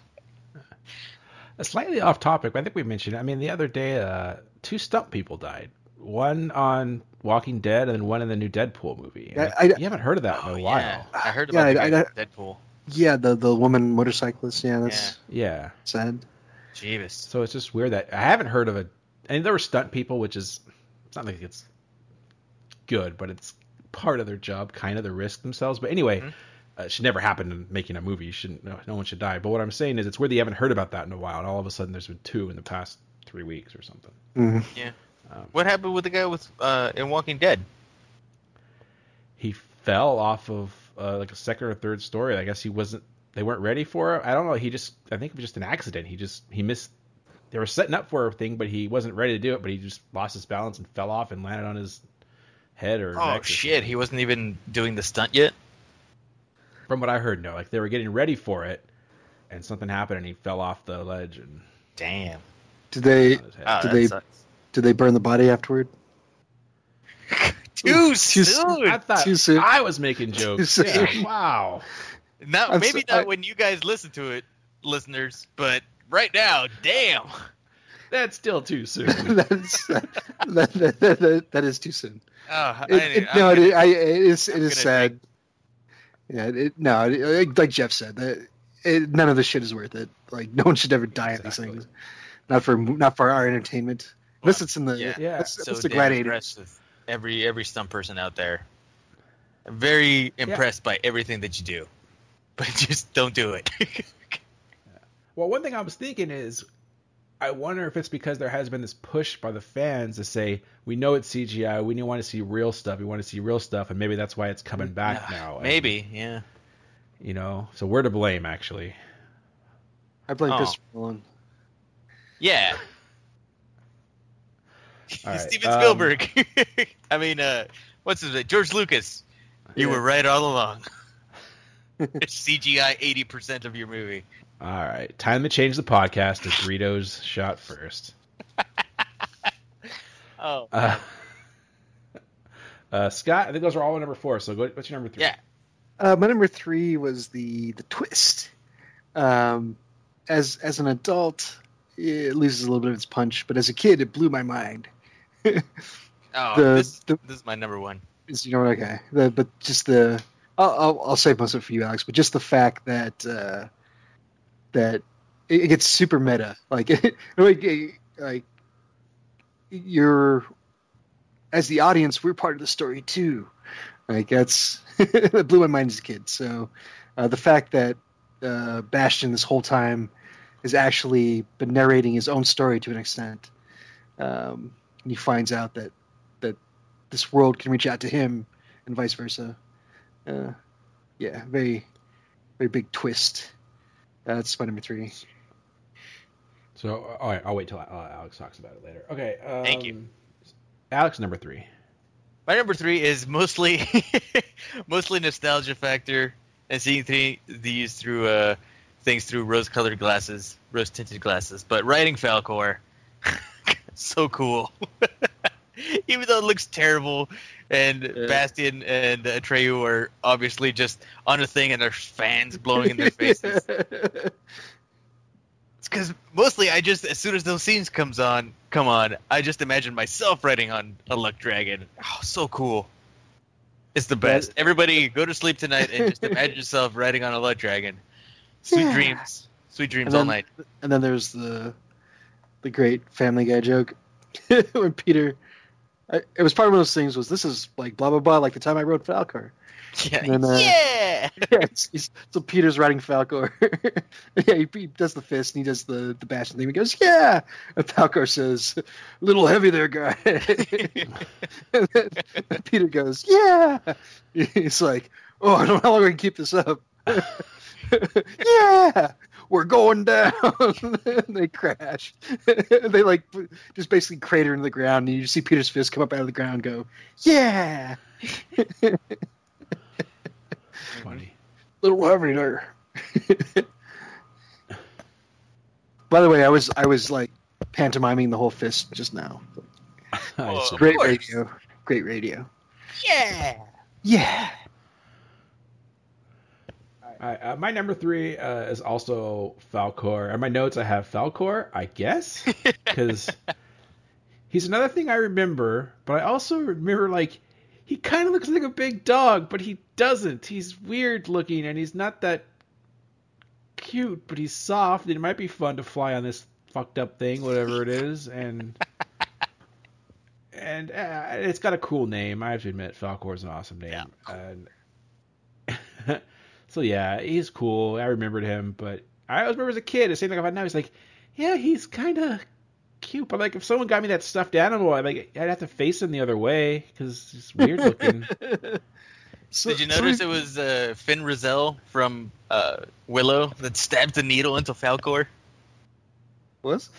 Speaker 6: Uh, slightly off topic, but I think we mentioned. it. I mean, the other day, uh, two stump people died. One on Walking Dead, and then one in the new Deadpool movie. And
Speaker 5: Yeah, I-
Speaker 6: you haven't heard of that in a while.
Speaker 4: Oh, yeah. I heard
Speaker 5: Yeah,
Speaker 4: about
Speaker 5: I-
Speaker 4: the guy from Deadpool.
Speaker 5: Yeah, the the woman motorcyclist. Yeah, that's
Speaker 6: yeah.
Speaker 5: sad.
Speaker 4: Jeebus.
Speaker 6: So it's just weird that I haven't heard of a. And there were stunt people, which is it's not like it's good, but it's part of their job, kind of the risk themselves. But anyway, uh, it should never happen in making a movie. You shouldn't. No, no one should die. But what I'm saying is, it's weird that you haven't heard about that in a while, and all of a sudden there's been two in the past three weeks or something.
Speaker 5: Mhm.
Speaker 4: Um, What happened with the guy with uh, in Walking Dead?
Speaker 6: He fell off of uh, like a second or third story. I guess he wasn't. They weren't ready for it. I don't know. He just. I think it was just an accident. He just. He missed. They were setting up for a thing, but he wasn't ready to do it. But he just lost his balance and fell off and landed on his head or.
Speaker 4: Oh
Speaker 6: neck or
Speaker 4: shit!
Speaker 6: something.
Speaker 4: He wasn't even doing the stunt yet.
Speaker 6: From what I heard, no. Like they were getting ready for it, and something happened, and he fell off the ledge and.
Speaker 4: Damn.
Speaker 5: Did they
Speaker 6: on his head.
Speaker 4: Oh,
Speaker 5: Did
Speaker 4: that
Speaker 5: they-
Speaker 4: sucks.
Speaker 5: did they burn the body afterward?
Speaker 4: Too
Speaker 5: too
Speaker 4: soon.
Speaker 6: I thought
Speaker 5: too soon.
Speaker 6: I was making jokes.
Speaker 5: soon.
Speaker 6: Yeah, wow.
Speaker 4: Not
Speaker 5: I'm
Speaker 4: maybe
Speaker 5: so-
Speaker 4: not
Speaker 5: I-
Speaker 4: when you guys listen to it, listeners, but right now, damn.
Speaker 6: That's still too soon.
Speaker 5: that's that, that, that, that- that is too soon.
Speaker 4: Oh,
Speaker 5: It-
Speaker 4: I,
Speaker 5: it-
Speaker 4: I'm
Speaker 5: no,
Speaker 4: gonna-
Speaker 5: it, I, it is it
Speaker 4: I'm
Speaker 5: is
Speaker 4: gonna
Speaker 5: sad. Yeah, it, no, it, like Jeff said, that it, none of this shit is worth it. Like no one should ever die at these
Speaker 6: Exactly.
Speaker 5: things. Not for not for our entertainment. Unless it's in the
Speaker 4: Yeah.
Speaker 6: Yeah.
Speaker 5: Unless,
Speaker 4: so
Speaker 5: unless the
Speaker 4: damn
Speaker 5: gladiators.
Speaker 4: impressed with every every stunt person out there. I'm very impressed by everything that you do, but just don't do it.
Speaker 6: Well, one thing I was thinking is, I wonder if it's because there has been this push by the fans to say we know it's CGI, we want to see real stuff, we want to see real stuff, and maybe that's why it's coming back now.
Speaker 5: Oh,
Speaker 6: and,
Speaker 4: Mm, Maybe, yeah.
Speaker 6: you know, so we're to blame actually.
Speaker 5: I blame
Speaker 4: Oh.
Speaker 5: Christopher Nolan.
Speaker 4: Yeah.
Speaker 6: All right,
Speaker 4: Steven
Speaker 6: um,
Speaker 4: Spielberg. I mean, uh, what's his name? George Lucas. You
Speaker 5: Yeah.
Speaker 4: were right all along. it's CGI eighty percent of your movie.
Speaker 6: All right, time to change the podcast to Doritos shot first.
Speaker 4: Oh,
Speaker 6: Uh, uh, Scott, I think those are all number four. So go, what's your number three?
Speaker 4: Yeah.
Speaker 5: Uh, my number three was the the twist. Um, as as an adult, it loses a little bit of its punch, but as a kid, it blew my mind.
Speaker 4: oh,
Speaker 5: The-
Speaker 4: this,
Speaker 5: the-
Speaker 4: this is my number one.
Speaker 5: It's, you know, okay, the, but just the I'll, I'll I'll save most of it for you, Alex. But just the fact that uh, that it, it gets super meta. Like, like, eh, like you're as the audience, we're part of the story too. Like that's that blew my mind as a kid. So uh, the fact that uh, Bastion this whole time has actually been narrating his own story to an extent, um, and he finds out that that this world can reach out to him and vice versa. Uh, yeah, very very big twist. That's my number three.
Speaker 6: So, uh, all right, I'll wait till uh, Alex talks about it later. Okay. Um,
Speaker 4: Thank you.
Speaker 6: Alex, number three.
Speaker 4: My number three is mostly mostly nostalgia factor and seeing th- these through uh, things through rose-colored glasses, rose-tinted glasses. But riding Falcor, so cool. Even though it looks terrible, and Bastion and Atreyu are obviously just on a thing, and there's fans blowing in their faces. It's because mostly I just as soon as those scenes comes on, come on, I just imagine myself riding on a luck dragon. Oh, so cool! It's the best. Everybody, go to sleep tonight and just imagine yourself riding on a luck dragon. Sweet
Speaker 5: Yeah.
Speaker 4: dreams, sweet dreams
Speaker 5: And then-
Speaker 4: all night.
Speaker 5: And then there's the the great Family Guy joke when Peter. I, it was probably one of those things. Was this is like blah blah blah, like the time I rode Falcor.
Speaker 4: Yeah,
Speaker 5: and then, uh,
Speaker 4: yeah.
Speaker 5: yeah, it's- it's- so Peter's riding Falcor. yeah, he, he does the fist and he does the the bastion thing. He goes, "Yeah," and Falcor says, "Little heavy there, guy." and then Peter goes, "Yeah." He's like, "Oh, I don't know how long we can keep this up." yeah, we're going down. and they crash. they like just basically crater into the ground, and you just see Peter's fist come up out of the ground, and go, "Yeah,
Speaker 4: Mm-hmm.
Speaker 6: Funny.
Speaker 5: little heavy there. By the way, I was I was like pantomiming the whole fist just now.
Speaker 6: I see.
Speaker 5: Great
Speaker 4: course.
Speaker 5: radio, great radio. Yeah,
Speaker 6: All right, uh, my number three uh, is also Falcor. In my notes, I have Falcor, I guess, because he's another thing I remember. But I also remember like he kind of looks like a big dog, but he doesn't. He's weird looking, and he's not that cute, but he's soft. and It might be fun to fly on this fucked up thing, whatever it is, and and uh, it's got a cool name. I have to admit, Falcor's an awesome name. And, so yeah, he's cool. I remembered him, but I always remember as a kid. The same thing about now. He's like, yeah, he's kind of cute, but like if someone got me that stuffed animal, I like I'd have to face him the other way because he's weird looking.
Speaker 5: yeah. So-
Speaker 4: Did you notice
Speaker 5: so-
Speaker 4: it was uh, Finn Rizal from uh, Willow that stabbed the needle into Falcor?
Speaker 5: was?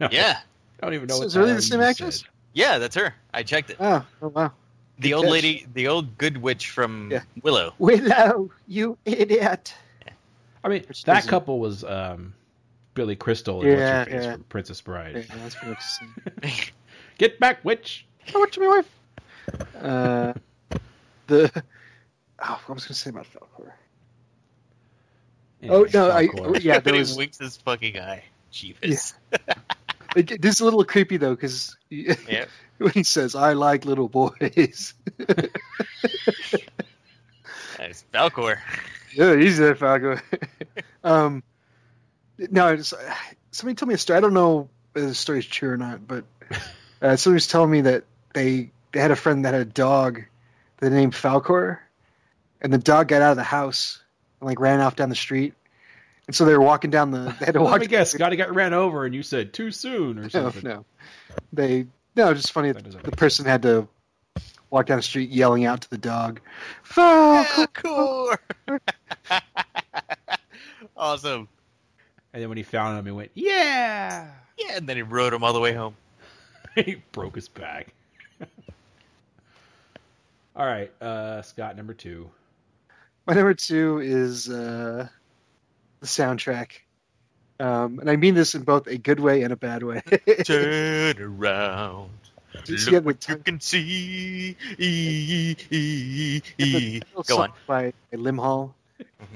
Speaker 4: Yeah,
Speaker 6: I don't even know.
Speaker 5: So
Speaker 6: what
Speaker 5: it's really
Speaker 6: that
Speaker 5: the same
Speaker 6: you
Speaker 5: actress?
Speaker 6: said.
Speaker 4: yeah, that's her. I checked it.
Speaker 5: Oh, oh wow!
Speaker 4: The old
Speaker 5: catch.
Speaker 4: lady, the old good witch from
Speaker 5: Yeah.
Speaker 4: Willow.
Speaker 5: Willow, uh, you idiot!
Speaker 6: I mean,
Speaker 5: Which
Speaker 6: that
Speaker 5: doesn't-
Speaker 6: couple was um, Billy Crystal and
Speaker 5: Yeah,
Speaker 6: what's her face
Speaker 5: yeah.
Speaker 6: from Princess Bride.
Speaker 5: Yeah, that's pretty much the same.
Speaker 6: Get back, witch!
Speaker 5: I went to my wife. Uh, the oh, what was I going to say about Falcor? Oh,
Speaker 6: Anyway,
Speaker 5: no, I-
Speaker 6: Falcor.
Speaker 5: yeah, there
Speaker 4: Everybody
Speaker 5: was-
Speaker 4: winks his fucking eye. Jeepers.
Speaker 5: It, this is a little creepy though, because
Speaker 4: Yeah.
Speaker 5: when he says, "I like little boys,"
Speaker 4: It's Falcor.
Speaker 5: yeah, he's there, Falco. um, no, I just, somebody told me a story. I don't know if the story's true or not, but uh, somebody was telling me that they they had a friend that had a dog that they named Falcor, and the dog got out of the house and like ran off down the street, and so they were walking down the. They had to
Speaker 6: Let
Speaker 5: walk.
Speaker 6: me guess. Gotta got ran over, and you said too soon or
Speaker 5: No,
Speaker 6: something.
Speaker 5: no. They no, just funny.
Speaker 6: That doesn't
Speaker 5: The
Speaker 6: make
Speaker 5: person had to walk down the street yelling out to the dog, "Falcor!"
Speaker 4: Falcor. awesome.
Speaker 6: And then when he found him, he went, "Yeah!"
Speaker 4: Yeah, and then he rode him all the way home.
Speaker 6: he broke his back. All right, uh, Scott, number two.
Speaker 5: My number two is uh, the soundtrack, um, and I mean this in both a good way and a bad way.
Speaker 4: Turn around.
Speaker 5: Just
Speaker 4: Look
Speaker 5: get the
Speaker 4: what you
Speaker 5: title-
Speaker 4: can see. E- e- e-
Speaker 5: get the
Speaker 4: e.
Speaker 5: title
Speaker 4: Go
Speaker 5: song
Speaker 4: on.
Speaker 5: by Limhall.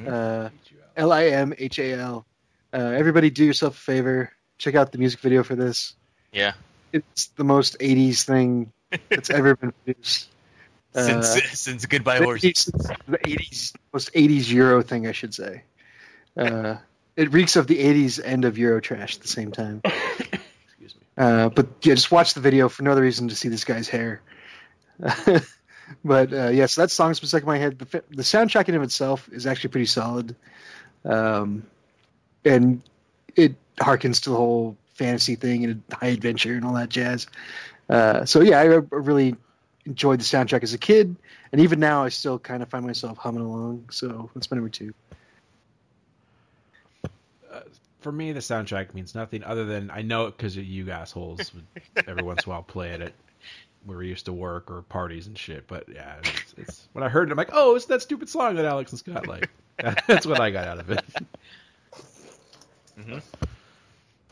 Speaker 4: Mhm.
Speaker 5: Uh, L I M H A L. Uh, Everybody, do yourself a favor. Check out the music video for this.
Speaker 4: Yeah.
Speaker 5: It's the most '80s thing that's uh, ever been produced.
Speaker 4: since since goodbye
Speaker 5: the
Speaker 4: horse.
Speaker 5: 80s, the 80s, most 80s Euro thing, I should say. Uh, it reeks of the '80s and of Eurotrash at the same time.
Speaker 6: Excuse me.
Speaker 5: Uh, but yeah, just watch the video for no other reason to see this guy's hair. but uh, yeah, so that song's been stuck in my head. The, fi- the soundtrack in and of itself is actually pretty solid, um, and it harkens to the whole fantasy thing and high adventure and all that jazz. Uh, so yeah, I I really enjoyed the soundtrack as a kid, and even now I still kind of find myself humming along. So that's my number two.
Speaker 6: For me, the soundtrack means nothing other than I know it because you assholes would every once in a while play it at where we used to work or parties and shit. But yeah, it's, it's when I heard it, I'm like, oh, it's that stupid song that Alex and Scott like. That's what I got out of it.
Speaker 4: Mhm.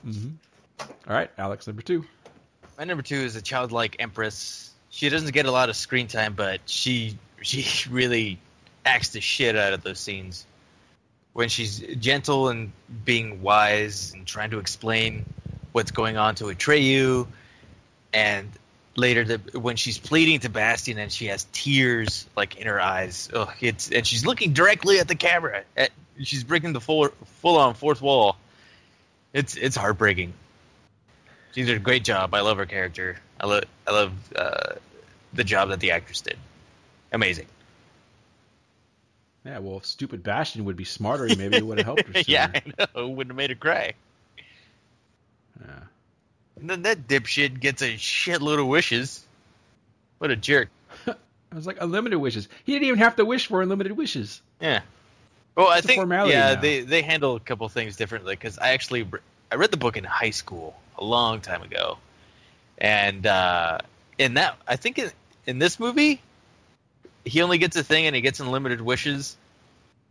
Speaker 6: hmm All right, Alex, number two.
Speaker 4: My number two is a childlike empress. She doesn't get a lot of screen time, but she she really acts the shit out of those scenes. When she's gentle and being wise and trying to explain what's going on to Atreyu, and later the, when she's pleading to Bastion and she has tears like in her eyes, ugh, it's and she's looking directly at the camera. At, she's breaking the full full on fourth wall. It's it's heartbreaking. She did a great job. I love her character. I love I love uh, the job that the actress did. Amazing.
Speaker 6: Yeah, well, if stupid Bastion would be smarter, maybe it would have helped her. Sooner.
Speaker 4: yeah, I know. Wouldn't have made her cry.
Speaker 6: yeah.
Speaker 4: And then that dipshit gets a shitload of wishes. What a jerk.
Speaker 6: I was like, unlimited wishes. He didn't even have to wish for unlimited wishes.
Speaker 4: Yeah. Well, I
Speaker 6: It's a
Speaker 4: think
Speaker 6: formality
Speaker 4: yeah
Speaker 6: now.
Speaker 4: they they handle a couple things differently because I actually re- I read the book in high school a long time ago, and uh, in that I think in, in this movie he only gets a thing and he gets unlimited wishes,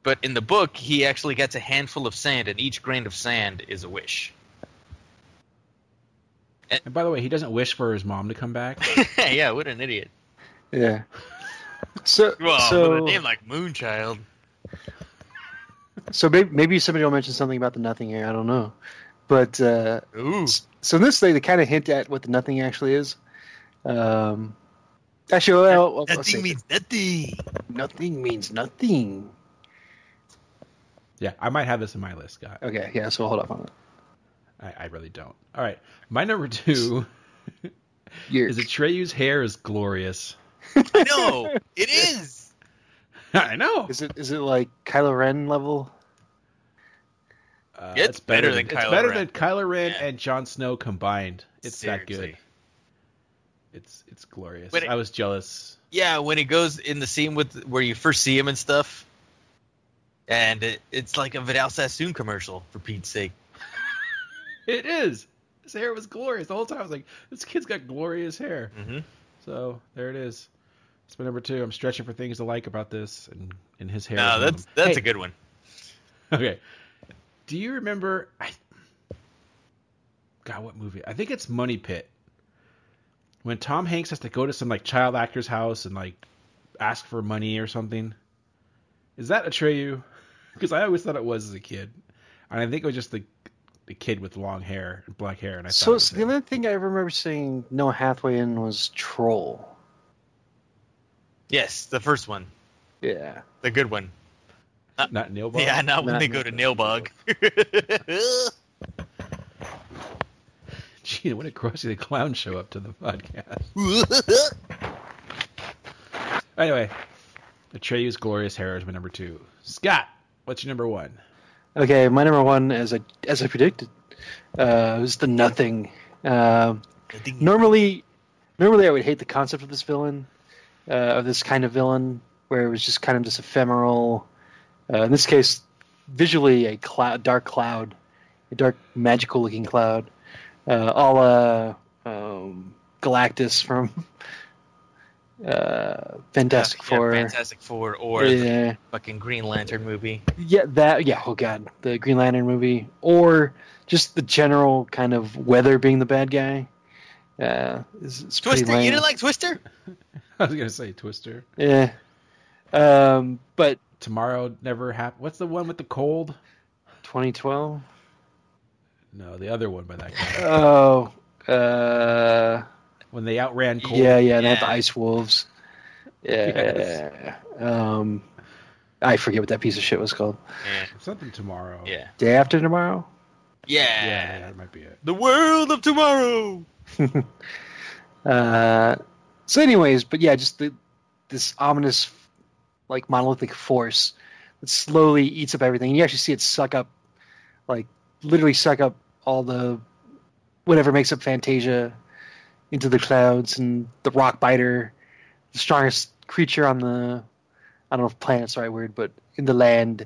Speaker 4: but in the book he actually gets a handful of sand and each grain of sand is a wish.
Speaker 6: And by the way, he doesn't wish for his mom to come back.
Speaker 4: yeah, what an idiot!
Speaker 5: Yeah. So
Speaker 4: Well, with a
Speaker 5: so
Speaker 4: name like Moonchild,
Speaker 5: so maybe, maybe somebody will mention something about the nothing here. I don't know, but. Uh,
Speaker 4: ooh,
Speaker 5: So in this thing, they kind of hint at what the nothing actually is. Um, actually, well, I'll- I'll say
Speaker 4: nothing means nothing.
Speaker 5: nothing means nothing.
Speaker 6: yeah, I might have this in my list, Scott.
Speaker 5: Okay, yeah. So hold up on it.
Speaker 6: I, I really don't. All right, my number two
Speaker 5: You're,
Speaker 6: is Atreyu's hair is glorious.
Speaker 4: no, it is.
Speaker 6: I know.
Speaker 5: is it is it like Kylo Ren level?
Speaker 6: Uh,
Speaker 4: It's better than
Speaker 6: it's
Speaker 4: Kylo
Speaker 6: better
Speaker 4: Ren.
Speaker 6: than Kylo Ren
Speaker 4: Yeah.
Speaker 6: and Jon Snow combined. It's that
Speaker 4: Seriously.
Speaker 6: good. It's it's glorious.
Speaker 4: When it-
Speaker 6: I was jealous.
Speaker 4: Yeah, when he goes in the scene with where you first see him and stuff, and it, it's like a Vidal Sassoon commercial for Pete's sake.
Speaker 6: It is. His hair was glorious the whole time. I was like, this kid's got glorious hair.
Speaker 4: Mm-hmm.
Speaker 6: So there it is. It's my number two. I'm stretching for things to like about this, and and his hair. is one
Speaker 4: No,
Speaker 6: of
Speaker 4: that's
Speaker 6: them.
Speaker 4: that's
Speaker 6: Hey,
Speaker 4: a good one.
Speaker 6: Okay. Do you remember? I, God, what movie? I think it's Money Pit. When Tom Hanks has to go to some like child actor's house and like ask for money or something. Is that Atreyu? Because I always thought it was as a kid, and I think it was just the the kid with long hair and black hair. And I thought it
Speaker 5: So,
Speaker 6: was
Speaker 5: so the
Speaker 6: him.
Speaker 5: other thing I remember seeing Noah Hathaway in was Troll.
Speaker 4: Yes, the first one,
Speaker 5: Yeah.
Speaker 4: the good one.
Speaker 6: not Neil. Bond?
Speaker 4: yeah, not when
Speaker 5: not
Speaker 4: they go to Nailbog. That's
Speaker 6: Gee, when did Krusty the Clown show up to the podcast? Anyway, Atreyu's glorious hair is my number two. Scott, what's your number one?
Speaker 5: Okay, my number one, as I as I predicted, uh, was the Nothing. Um, normally normally i would hate the concept of this villain uh, of this kind of villain where it was just kind of just ephemeral uh, in this case visually a cloud dark cloud a dark magical looking cloud uh, a la um, galactus from uh, fantastic four
Speaker 4: yeah, Fantastic Four, or the
Speaker 5: yeah
Speaker 4: fucking Green Lantern movie.
Speaker 5: yeah, that yeah. Oh god, the Green Lantern movie, or just the general kind of weather being the bad guy. Uh, it's, it's pretty
Speaker 4: Twister, you
Speaker 5: lame.
Speaker 4: didn't like Twister?
Speaker 6: I was gonna say Twister.
Speaker 5: yeah. Um, but
Speaker 6: Tomorrow never happened. What's the one with the cold?
Speaker 5: 2012.
Speaker 6: No, the other one by that guy.
Speaker 5: Oh, uh,
Speaker 6: When they outran cold.
Speaker 5: yeah, yeah, not the
Speaker 4: Yeah.
Speaker 5: ice wolves. Yeah.
Speaker 6: Yes.
Speaker 5: Um, I forget what that piece of shit was called.
Speaker 4: Yeah.
Speaker 6: Something tomorrow.
Speaker 4: Yeah.
Speaker 5: Day after tomorrow.
Speaker 6: Yeah,
Speaker 4: Yeah.
Speaker 6: yeah, that might be it.
Speaker 4: The world of tomorrow.
Speaker 5: Uh, so, anyways, but yeah, just the, this ominous, like monolithic force that slowly eats up everything. And you actually see it suck up, like literally suck up all the whatever makes up Fantasia into the clouds and the rock biter, the strongest creature on the I don't know if planet's the right word, but in the land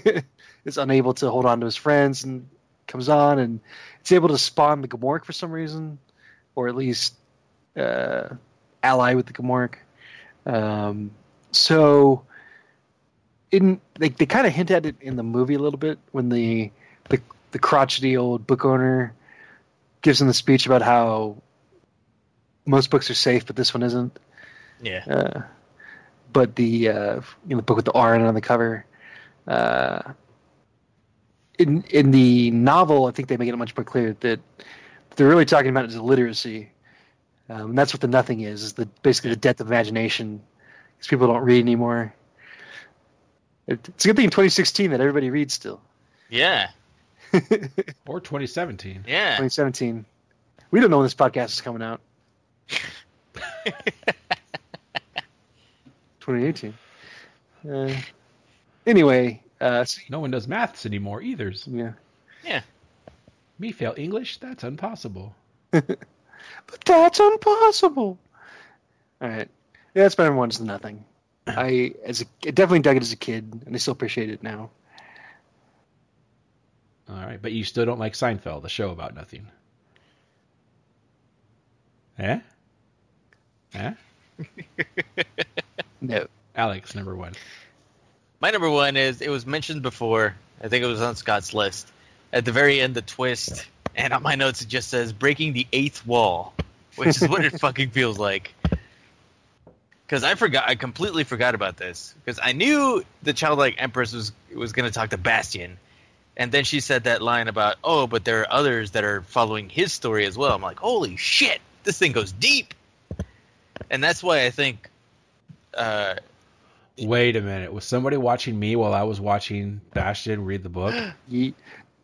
Speaker 5: is unable to hold on to his friends and comes on and it's able to spawn the Gamorrean for some reason, or at least uh, ally with the Gamorrean. Um, so, in they, they kind of hint at it in the movie a little bit when the the, the crotchety old book owner gives him the speech about how most books are safe, but this one isn't.
Speaker 4: Yeah.
Speaker 5: Uh, but the uh, you know the book with the R on the cover. Uh, in in the novel, I think they make it much more clear that they're really talking about is illiteracy, um, and that's what the nothing is. Is the basically the death of imagination because people don't read anymore. It- It's a good thing in 2016 that everybody reads still.
Speaker 4: Yeah.
Speaker 5: 2017,
Speaker 6: Or 2017.
Speaker 4: Yeah.
Speaker 5: we don't know when this podcast is coming out. 2018. Uh, anyway, uh, so-
Speaker 6: No one does maths anymore either.
Speaker 5: yeah.
Speaker 6: Me fail English? That's impossible.
Speaker 5: But that's impossible. All right. Yeah, Spider-Man One's the nothing. I as a, I definitely dug it as a kid, and I still appreciate it now.
Speaker 6: All right, but you still don't like Seinfeld, the show about nothing. Eh? Eh?
Speaker 5: No.
Speaker 6: Alex, number one.
Speaker 4: My number one is it was mentioned before. I think it was on Scott's list. At the very end, the twist, and on my notes it just says breaking the eighth wall, which is what it fucking feels like. Because I forgot, I completely forgot about this. Because I knew the childlike empress was was going to talk to Bastion, and then she said that line about oh, but there are others that are following his story as well. I'm like, holy shit, this thing goes deep, and that's why I think. Uh,
Speaker 6: Wait a minute. Was somebody watching me while I was watching Bastion read the book?
Speaker 5: You,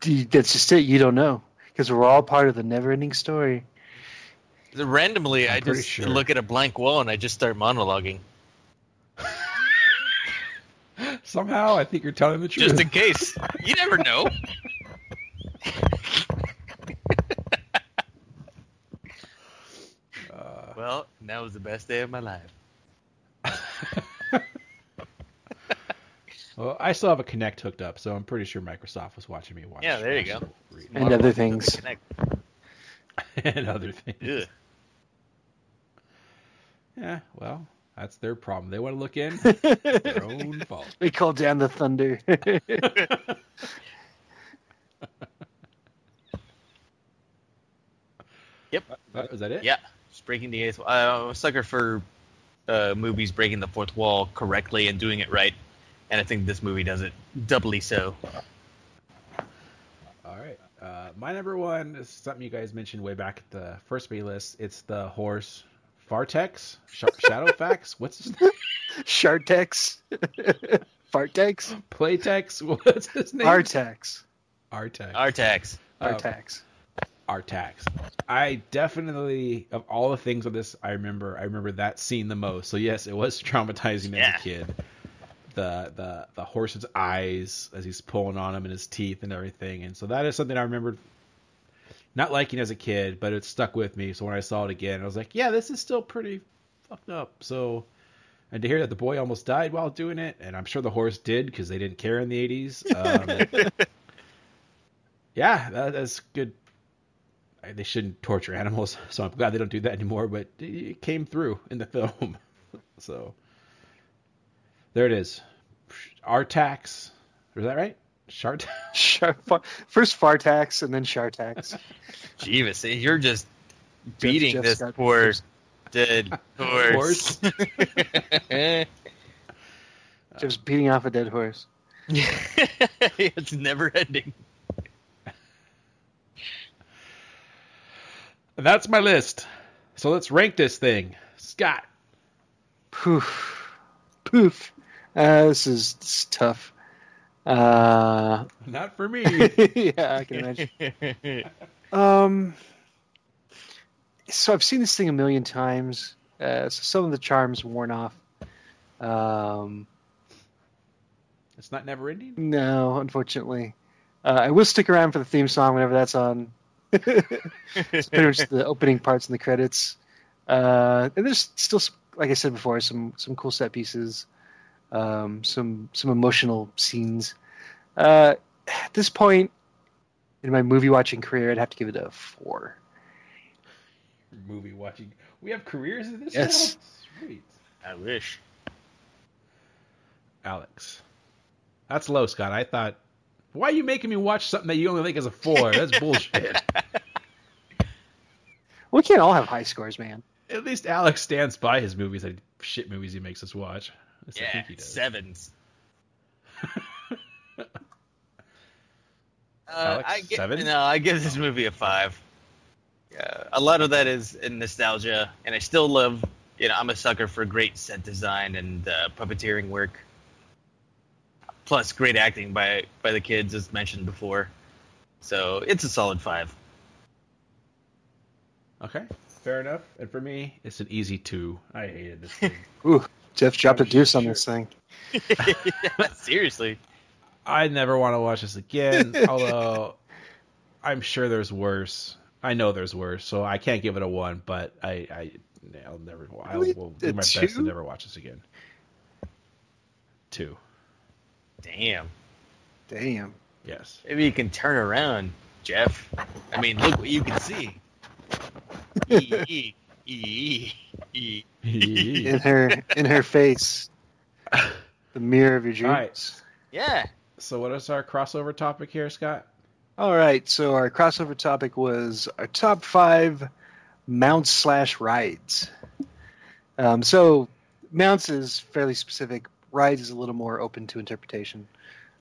Speaker 5: d that's just it. You don't know because we're all part of the never-ending story.
Speaker 4: Randomly,
Speaker 6: I'm
Speaker 4: i
Speaker 6: pretty
Speaker 4: just
Speaker 6: sure.
Speaker 4: look at a blank wall and I just start monologuing,
Speaker 6: Somehow, I think you're telling the truth.
Speaker 4: just in case. you never know.
Speaker 6: Uh,
Speaker 4: Well, that was the best day of my life.
Speaker 6: well, I still have a Connect hooked up, so I'm pretty sure Microsoft was watching me watch.
Speaker 4: Yeah, there you
Speaker 6: watch
Speaker 4: go.
Speaker 6: the read.
Speaker 5: And other things.
Speaker 6: and other things.
Speaker 4: Ugh.
Speaker 6: Yeah, well, that's their problem. They want to look in their own fault.
Speaker 5: we call down the thunder.
Speaker 6: Uh, Is that it?
Speaker 4: Yeah, just breaking the eighth. I'm a sucker for uh, movies breaking the fourth wall correctly and doing it right, and I think this movie does it doubly so.
Speaker 6: All right. Uh, my number one is something you guys mentioned way back at the first B list. It's the horse Fartex, Sh- Shadowfax. What's his name?
Speaker 5: Shartex, Fartex,
Speaker 6: Playtex. What's his name?
Speaker 5: Artex,
Speaker 6: Artex.
Speaker 4: Artax.
Speaker 6: Um,
Speaker 5: Artex.
Speaker 6: Artax. I definitely, of all the things of this, I remember. I remember that scene the most. So yes, it was traumatizing
Speaker 4: Yeah.
Speaker 6: as a kid. The the the horse's eyes as he's pulling on him and his teeth and everything. And so that is something I remembered not liking as a kid, but it stuck with me. So when I saw it again, I was like, yeah, this is still pretty fucked up. So. And to hear that the boy almost died while doing it, and I'm sure the horse did because they didn't care in the 80s. Um, yeah, that, that's good I- they shouldn't torture animals, so I'm glad they don't do that anymore. But it- it came through in the film, so there it is. Artax, is that right? Shart.
Speaker 5: Shar- Far- first Fartax and then Shartax.
Speaker 4: Jeebus, you're just beating
Speaker 5: Jeff
Speaker 4: this
Speaker 5: Scott-
Speaker 4: poor
Speaker 5: Jeff-
Speaker 4: dead horse.
Speaker 5: Just beating off a dead horse.
Speaker 4: it's never ending.
Speaker 6: That's my list. So let's rank this thing. Scott,
Speaker 5: Poof. Poof. uh, this is this is tough. Uh,
Speaker 6: Not for me.
Speaker 5: yeah, I can imagine. Um, so I've seen this thing a million times. Uh, so some of the charms worn off. Um,
Speaker 6: it's not never ending.
Speaker 5: no, unfortunately, uh, I will stick around for the theme song whenever that's on. it's pretty much the opening parts and the credits. Uh, and there's still, some- like I said before, some some cool set pieces, um, some some emotional scenes. Uh, at this point in my movie watching career, I'd have to give it a four.
Speaker 6: Movie watching. We have careers in this.
Speaker 5: Yes.
Speaker 6: now? Sweet.
Speaker 4: I wish.
Speaker 6: Alex, that's low, Scott. I thought, why are you making me watch something that you only think is a four? That's bullshit.
Speaker 5: We can't all have high scores, man.
Speaker 6: At least Alex stands by his movies. Like shit movies he makes us watch. At least I
Speaker 4: Yeah,
Speaker 6: think he does.
Speaker 4: sevens. uh,
Speaker 6: Alex,
Speaker 4: I get,
Speaker 6: seven?
Speaker 4: No, I give this movie a five. Uh, a lot of that is in nostalgia, and I still love. You know, I'm a sucker for great set design and uh, puppeteering work. Plus, great acting by by the kids, as mentioned before. So it's a solid five.
Speaker 6: Okay, fair enough. And for me, it's an easy two. I hated this thing.
Speaker 5: Ooh, Jeff dropped
Speaker 6: Oh,
Speaker 5: a deuce on
Speaker 6: sure.
Speaker 5: this thing.
Speaker 4: Seriously.
Speaker 6: I never want to watch this again. although I'm sure there's worse. I know there's worse, so I can't give it a one. But I, I I'll never. I
Speaker 5: Really?
Speaker 6: will
Speaker 5: A
Speaker 6: do my best
Speaker 5: two?
Speaker 6: to never watch this again. Two.
Speaker 4: Damn.
Speaker 5: Damn.
Speaker 6: Yes.
Speaker 4: Maybe you can turn around, Jeff. I mean, look what you can see. Eee, eee, eee, eee.
Speaker 5: In her in her face. The mirror of your
Speaker 6: All right.
Speaker 5: dreams.
Speaker 4: Yeah.
Speaker 6: So what is our crossover topic here, Scott?
Speaker 5: All right. so our crossover topic was our top five mounts slash rides. Um, so mounts is fairly specific. Rides is a little more open to interpretation.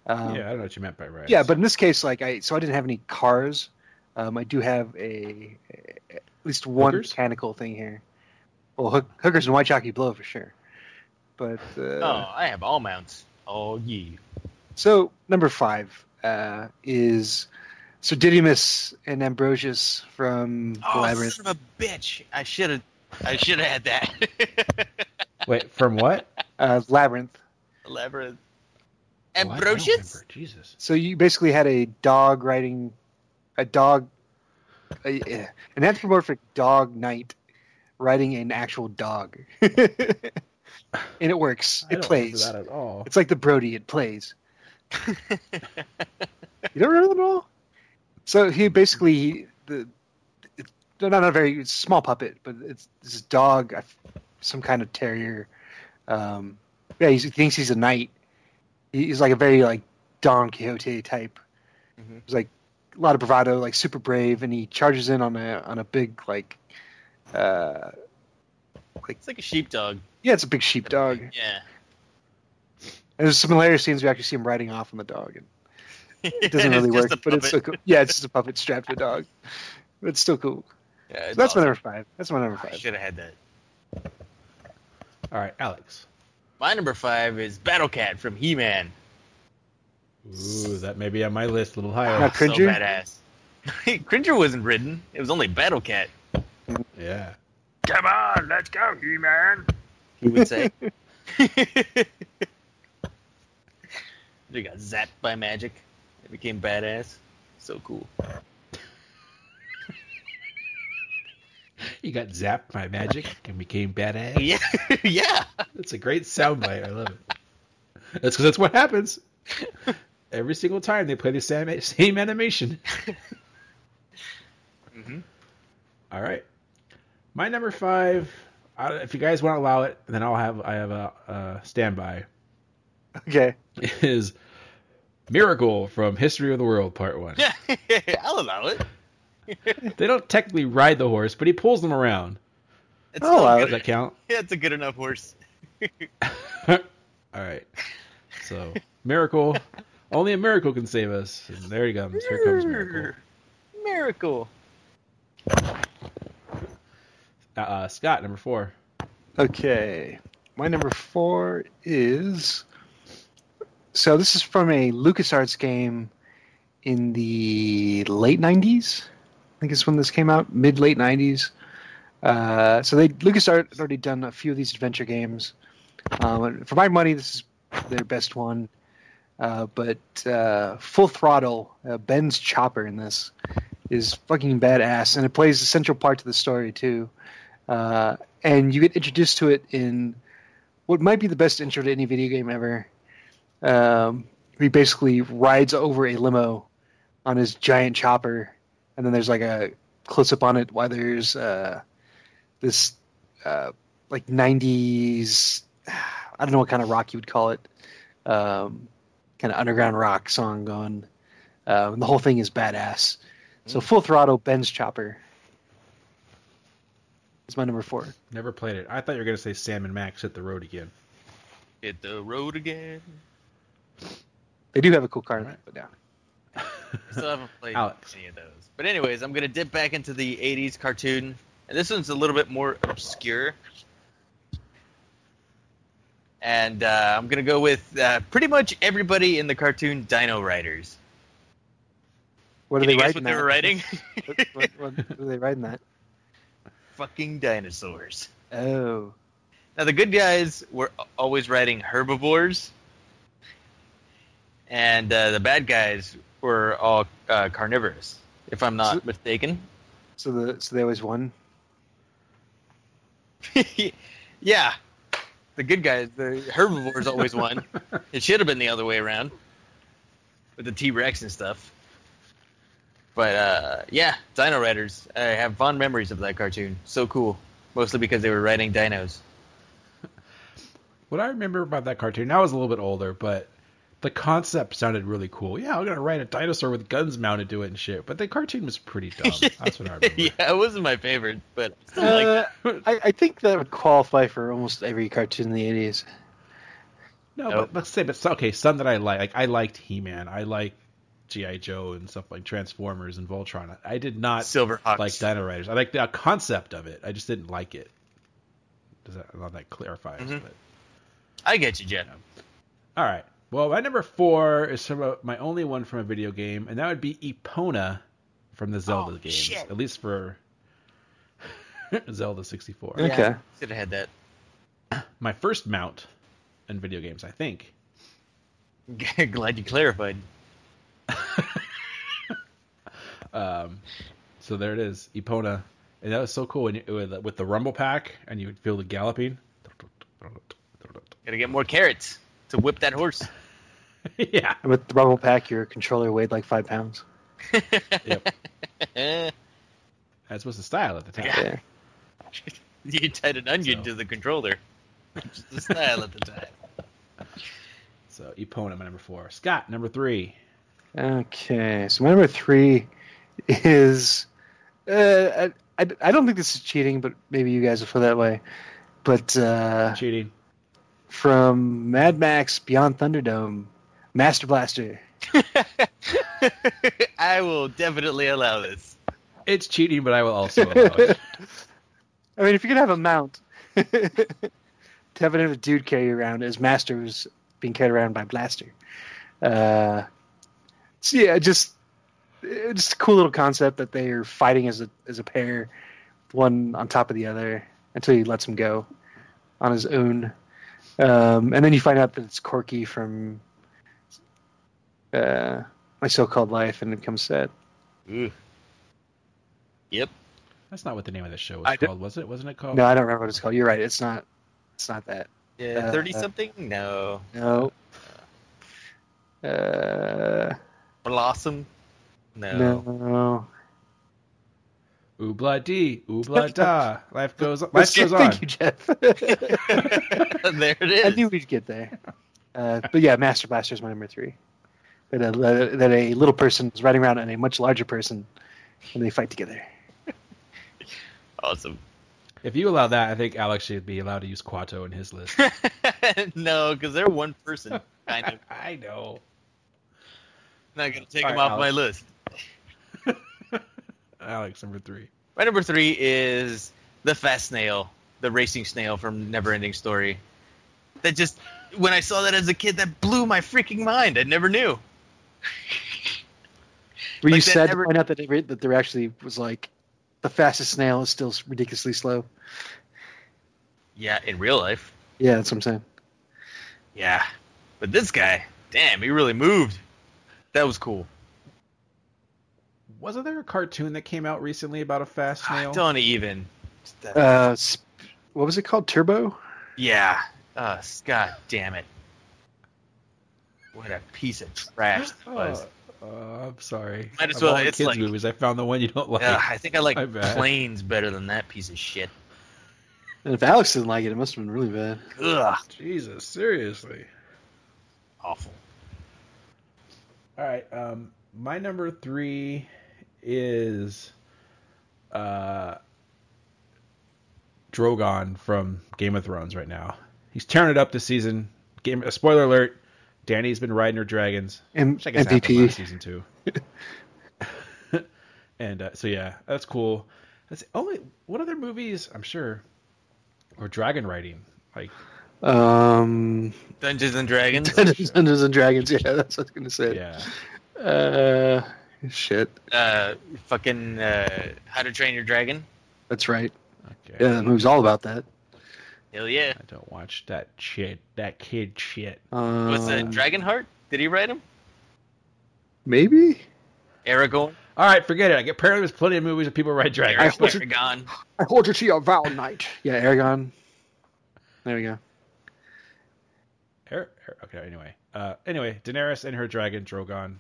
Speaker 5: Um,
Speaker 6: yeah, I don't know what you meant by rides.
Speaker 5: Yeah, but in this case, like I, so I didn't have any cars. Um, I do have a, at least one
Speaker 6: Hookers?
Speaker 5: mechanical thing here. Well, hook, hookers and white jockey blow for sure. But uh,
Speaker 4: Oh, I have all mounts. Oh, ye.
Speaker 5: so number five uh, is so Didymus and Ambrosius from the
Speaker 4: Oh,
Speaker 5: Labyrinth.
Speaker 4: son of a bitch! I should have. I should have had that.
Speaker 6: wait, from what?
Speaker 5: Uh, Labyrinth.
Speaker 4: Labyrinth.
Speaker 6: What? I don't
Speaker 4: Ambrosius.
Speaker 6: remember. Jesus.
Speaker 5: So you basically had a dog riding, a dog, a, eh, an anthropomorphic dog knight riding an actual dog, and it works.
Speaker 6: I
Speaker 5: It
Speaker 6: don't
Speaker 5: plays.
Speaker 6: remember that at all.
Speaker 5: It's like the Brody. It plays. you don't remember that at all? So he basically the it- no, not a very small puppet, but it's this dog, I f- some kind of terrier. Um, yeah, he's, he thinks he's a knight. He- He's like a very like Don Quixote type.
Speaker 4: Mhm.
Speaker 5: He's like a lot of bravado, like super brave, and he charges in on a on a big like uh,
Speaker 4: It's like a sheepdog.
Speaker 5: yeah, it's a big sheepdog. And
Speaker 4: Yeah.
Speaker 5: there's some hilarious scenes we actually see him riding off on the dog. And, it doesn't really
Speaker 4: It's just
Speaker 5: work,
Speaker 4: a
Speaker 5: but it's still
Speaker 4: puppet.
Speaker 5: cool. Yeah, it's just a puppet strapped to a dog. But it's still cool.
Speaker 4: Yeah,
Speaker 5: So
Speaker 4: it's
Speaker 5: that's my
Speaker 4: awesome.
Speaker 5: number five. That's my number
Speaker 4: I
Speaker 5: five.
Speaker 4: should have had that.
Speaker 6: All right, Alex.
Speaker 4: My number five is Battle Cat from He-Man.
Speaker 6: Ooh, that may be on my list a little higher.
Speaker 5: Now,
Speaker 4: so
Speaker 5: Cringer?
Speaker 4: badass. Cringer wasn't ridden. It was only Battle Cat.
Speaker 6: Yeah.
Speaker 4: Come on, let's go, He Man. He would say. they got zapped by magic. They became badass. So cool.
Speaker 6: You got zapped by magic and became badass.
Speaker 4: Yeah, yeah.
Speaker 6: That's a great soundbite. I love it. That's because that's what happens. Every single time they play the same, same animation.
Speaker 4: Mhm.
Speaker 6: All right. My number five. I, if you guys want to allow it, then I'll have I have a, a standby.
Speaker 5: Okay.
Speaker 6: Is Miracle from History of the World Part One.
Speaker 4: Yeah, I'll allow it.
Speaker 6: They don't technically ride the horse, but he pulls them around.
Speaker 4: It's
Speaker 5: I'll allow
Speaker 4: still
Speaker 6: Does
Speaker 4: good.
Speaker 6: that count?
Speaker 4: Yeah, it's a good enough horse.
Speaker 6: All right. So miracle, only a miracle can save us. And there he comes. Here comes miracle.
Speaker 4: Miracle.
Speaker 6: Uh, uh, Scott, number four.
Speaker 5: Okay. My number four is so this is from a LucasArts game in the late 90s. I think is when this came out, mid late 90s. Uh, so they LucasArts had already done a few of these adventure games. Um, and for my money, this is their best one. Uh, but uh, Full Throttle, uh, Ben's chopper in this is fucking badass, and it plays a central part to the story too. Uh, and you get introduced to it in what might be the best intro to any video game ever. Um, he basically rides over a limo on his giant chopper, and then there's like a close up on it while there's uh, this uh, like '90s. I don't know what kind of rock you would call it, um, kind of underground rock song going. Uh, and the whole thing is badass. So full throttle Ben's chopper is my number four.
Speaker 6: Never played it. I thought you were gonna say Sam and Max hit the road again.
Speaker 4: Hit the road again.
Speaker 5: They do have a cool car in it, but yeah.
Speaker 4: I still haven't played
Speaker 6: Alex.
Speaker 4: any of those. But anyways, I'm gonna dip back into the '80s cartoon, and this one's a little bit more obscure. And uh, I'm gonna go with uh, pretty much everybody in the cartoon Dino Riders.
Speaker 5: What are
Speaker 4: Can
Speaker 5: they
Speaker 4: you guess what
Speaker 5: riding?
Speaker 4: they
Speaker 5: that?
Speaker 4: were riding?
Speaker 5: what, what, what are they riding that?
Speaker 4: Fucking dinosaurs.
Speaker 5: Oh,
Speaker 4: Now the good guys were always riding herbivores, and uh, the bad guys were all uh, carnivorous, if I'm not
Speaker 5: So-
Speaker 4: mistaken.
Speaker 5: so the so they always won.
Speaker 4: yeah, the good guys, the herbivores always won. It should have been the other way around with the T Rex and stuff. But uh, yeah, Dino Riders. I have fond memories of that cartoon. So cool, mostly because they were riding dinos.
Speaker 6: What I remember about that cartoon, I was a little bit older, but the concept sounded really cool. Yeah, I'm gonna ride a dinosaur with guns mounted to it and shit. But the cartoon was pretty dumb. That's what I remember.
Speaker 4: yeah, it wasn't my favorite, but I still like
Speaker 5: Uh, I, I think that would qualify for almost every cartoon in the eighties.
Speaker 6: No,
Speaker 4: Nope.
Speaker 6: but let's say, but so- okay, some that I like, like I liked He Man, I liked GI Joe and stuff like Transformers and Voltron. I did not
Speaker 4: Silverhawks.
Speaker 6: like Dino Riders. I like the concept of it. I just didn't like it. Does that, I don't know if that clarifies?
Speaker 4: Mhm.
Speaker 6: But
Speaker 4: I get you, Jen.
Speaker 6: all right. Well, my number four is from a, my only one from a video game, and that would be Epona from the Zelda games,
Speaker 4: Oh, shit.
Speaker 6: at least for Zelda 64.
Speaker 4: Yeah.
Speaker 5: Okay,
Speaker 4: Should have had that.
Speaker 6: My first mount in video games, I think.
Speaker 4: Glad you clarified.
Speaker 6: Um, so there it is, Epona, and that was so cool. And with, with the rumble pack, and you would feel the galloping.
Speaker 4: Gotta get more carrots to whip that horse.
Speaker 6: yeah.
Speaker 5: And with the Rumble Pack, your controller weighed like five pounds.
Speaker 6: Yep.
Speaker 4: Eh,
Speaker 6: That was the style at the time.
Speaker 4: Yeah.
Speaker 5: Yeah.
Speaker 4: you tied an onion
Speaker 6: So.
Speaker 4: to the controller. It's the style at the time.
Speaker 6: So Epona, my number four. Scott, number three.
Speaker 5: Okay, so my number three is uh, I, I, I don't think this is cheating, but maybe you guys will feel that way. But uh,
Speaker 6: Cheating.
Speaker 5: from Mad Max Beyond Thunderdome, Master Blaster.
Speaker 4: I will definitely allow this.
Speaker 6: It's cheating, but I will also allow it.
Speaker 5: I mean, if you could have a mount, to have another dude carry you around as Master was being carried around by Blaster. Uh, so yeah, just it's just a cool little concept that they are fighting as a as a pair, one on top of the other until he lets him go on his own, um, and then you find out that it's Corky from uh, my so-called life, and it becomes sad.
Speaker 4: Ooh. Yep.
Speaker 6: That's not what the name of the show was
Speaker 5: I don't-
Speaker 6: called, was it? Wasn't it called?
Speaker 5: No, I don't remember what it's called. You're right. It's not. It's not that.
Speaker 4: Yeah,
Speaker 5: Uh,
Speaker 4: 30 something? No.
Speaker 5: No. Uh,
Speaker 4: Blossom? No.
Speaker 5: no.
Speaker 6: Oobla dee, oobla da. Life goes on.
Speaker 5: Let's
Speaker 6: Life goes
Speaker 5: just-
Speaker 6: on.
Speaker 5: Thank you, Jeff.
Speaker 4: there it
Speaker 5: I
Speaker 4: is.
Speaker 5: knew we'd get there. Uh, but yeah, Master Blaster is my number three. That a, that a little person is riding around on a much larger person, and they fight together.
Speaker 4: Awesome.
Speaker 6: If you allow that, I think Alex should be allowed to use Quato in his list.
Speaker 4: no, because they're one person. Kind of.
Speaker 6: I know.
Speaker 4: Not going to take
Speaker 6: All
Speaker 4: them
Speaker 6: right,
Speaker 4: off my
Speaker 6: Alex.
Speaker 4: list.
Speaker 6: Alex, number three.
Speaker 4: My number three is the fast snail, the racing snail from Neverending Story. That just when I saw that as a kid, that blew my freaking mind. I never knew.
Speaker 5: Were you
Speaker 4: Like, that
Speaker 5: sad
Speaker 4: never-
Speaker 5: to find out that, it, re- that there actually was like the fastest snail is still ridiculously slow?
Speaker 4: Yeah, in real life.
Speaker 5: Yeah, that's what I'm saying.
Speaker 4: Yeah, but this guy, damn, he really moved. That was cool.
Speaker 6: Wasn't there a cartoon that came out recently about a fast snail?
Speaker 4: Don't Ah, even.
Speaker 5: Uh, sp- what was it called? Turbo?
Speaker 4: Yeah. Uh, God damn it. What a piece of trash that was.
Speaker 6: Oh, uh, I'm sorry.
Speaker 4: Might as
Speaker 6: Of
Speaker 4: well,
Speaker 6: all the
Speaker 4: it's
Speaker 6: kids
Speaker 4: like-
Speaker 6: movies. I found the one you don't like.
Speaker 4: Ugh, I think I like
Speaker 6: I bet.
Speaker 4: planes better than that piece of shit.
Speaker 5: And if Alex didn't like it, it must have been really bad.
Speaker 4: Ugh,
Speaker 6: Jesus, seriously.
Speaker 4: awful.
Speaker 6: All right. Um, my number three is uh, Drogon from Game of Thrones right now. He's tearing it up this season. Game uh, spoiler alert. Danny's been riding her dragons.
Speaker 5: M-
Speaker 6: Which I guess happened last
Speaker 5: MVP.
Speaker 6: season two. and uh, so yeah, that's cool. That's the only what other movies I'm sure or dragon riding like
Speaker 5: Um,
Speaker 4: Dungeons and Dragons.
Speaker 5: Dungeons and Dragons. Yeah, that's what I was gonna say.
Speaker 6: yeah
Speaker 5: Uh, shit.
Speaker 4: uh, fucking uh, How to Train Your Dragon.
Speaker 5: That's right.
Speaker 6: okay
Speaker 5: Yeah, the movie's all about that.
Speaker 4: Hell yeah.
Speaker 6: I don't watch that shit that kid shit
Speaker 5: Um,
Speaker 4: Was it Dragonheart? Did he write him?
Speaker 5: Maybe.
Speaker 4: Aragorn.
Speaker 6: all right forget it I get apparently there's plenty of movies where people ride dragons
Speaker 5: hope it's-
Speaker 4: Aragon.
Speaker 5: I hold you to your vow, knight. Yeah, Aragon. There we go.
Speaker 6: Er- er- okay anyway uh anyway Daenerys and her dragon Drogon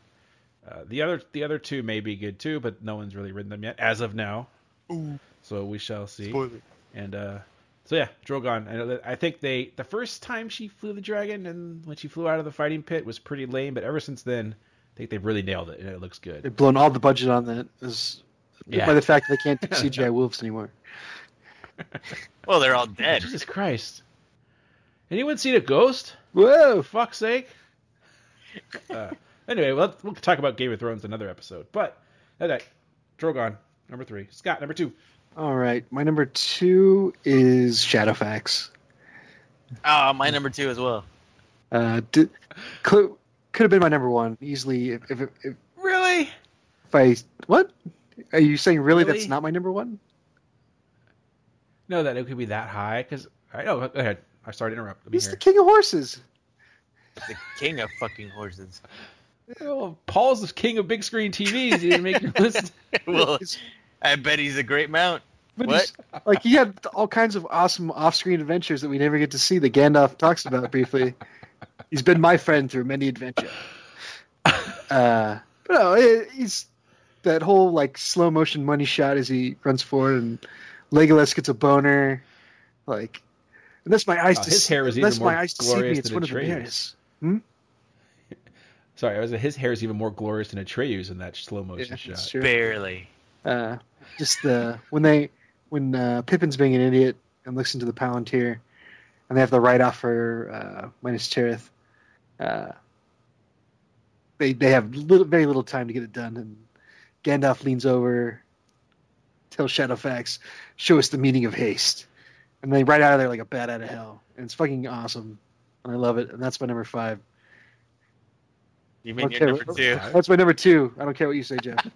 Speaker 6: uh, the other the other two may be good too but no one's really ridden them yet as of now so we shall see And uh, so yeah, Drogon. I, know that- I think they the first time she flew the dragon and when she flew out of the fighting pit was pretty lame, but ever since then, I think they've really nailed it and it looks good.
Speaker 5: They've blown all the budget on that is by the fact that they can't do CGI wolves anymore.
Speaker 4: Well, they're all dead.
Speaker 6: Jesus Christ. Anyone seen a ghost?
Speaker 5: Whoa!
Speaker 6: For fuck's sake. uh, anyway, well, we'll talk about Game of Thrones another episode. But that that- Drogon number three, Scott number two.
Speaker 5: All right, my number two is Shadowfax.
Speaker 4: Ah, my number two as well.
Speaker 5: Uh, did, could could have been my number one easily if if, if,
Speaker 6: Really?
Speaker 5: if I what are you saying? Really,
Speaker 6: Really?
Speaker 5: that's not my number one.
Speaker 6: No, that it could be that high because I know. oh, Go ahead. I started to interrupt. Let me
Speaker 5: He's
Speaker 6: hear.
Speaker 5: the king of horses.
Speaker 4: The king of fucking horses.
Speaker 6: Well, Oh, Paul's the king of big screen TVs. He didn't make your list.
Speaker 4: well,
Speaker 5: It's-
Speaker 4: I bet he's a great mount.
Speaker 5: but
Speaker 4: What?
Speaker 5: he's- Like he had all kinds of awesome off-screen adventures that we never get to see. That Gandalf talks about briefly. He's been my friend through many adventures. Uh, but no, it, he's that whole like slow motion money shot as he runs forward, and Legolas gets a boner. Like, unless my eyes,
Speaker 6: Oh,
Speaker 5: to
Speaker 6: his
Speaker 5: see-
Speaker 6: hair is even
Speaker 5: unless
Speaker 6: more
Speaker 5: my eyes deceive me,
Speaker 6: glorious
Speaker 5: it's
Speaker 6: than
Speaker 5: one of the
Speaker 6: Atreus.
Speaker 5: bears.
Speaker 6: Sorry, I was his hair is even more glorious than Atreyu's in that slow motion
Speaker 5: Yeah,
Speaker 6: shot.
Speaker 5: that's true.
Speaker 4: Barely.
Speaker 5: uh, just the when they when uh, Pippin's being an idiot and looks into the Palantir, and they have the write off for uh, Minas Tirith. Uh, they they have little, very little time to get it done, and Gandalf leans over, tells Shadowfax, "Show us the meaning of haste," and they ride out of there like a bat out of hell, and it's fucking awesome, and I love it, and that's my number five.
Speaker 4: You
Speaker 5: I
Speaker 4: mean
Speaker 5: don't
Speaker 4: your
Speaker 5: care
Speaker 4: number
Speaker 5: what-
Speaker 4: two?
Speaker 5: That's my number two. I don't care what you say, Jeff.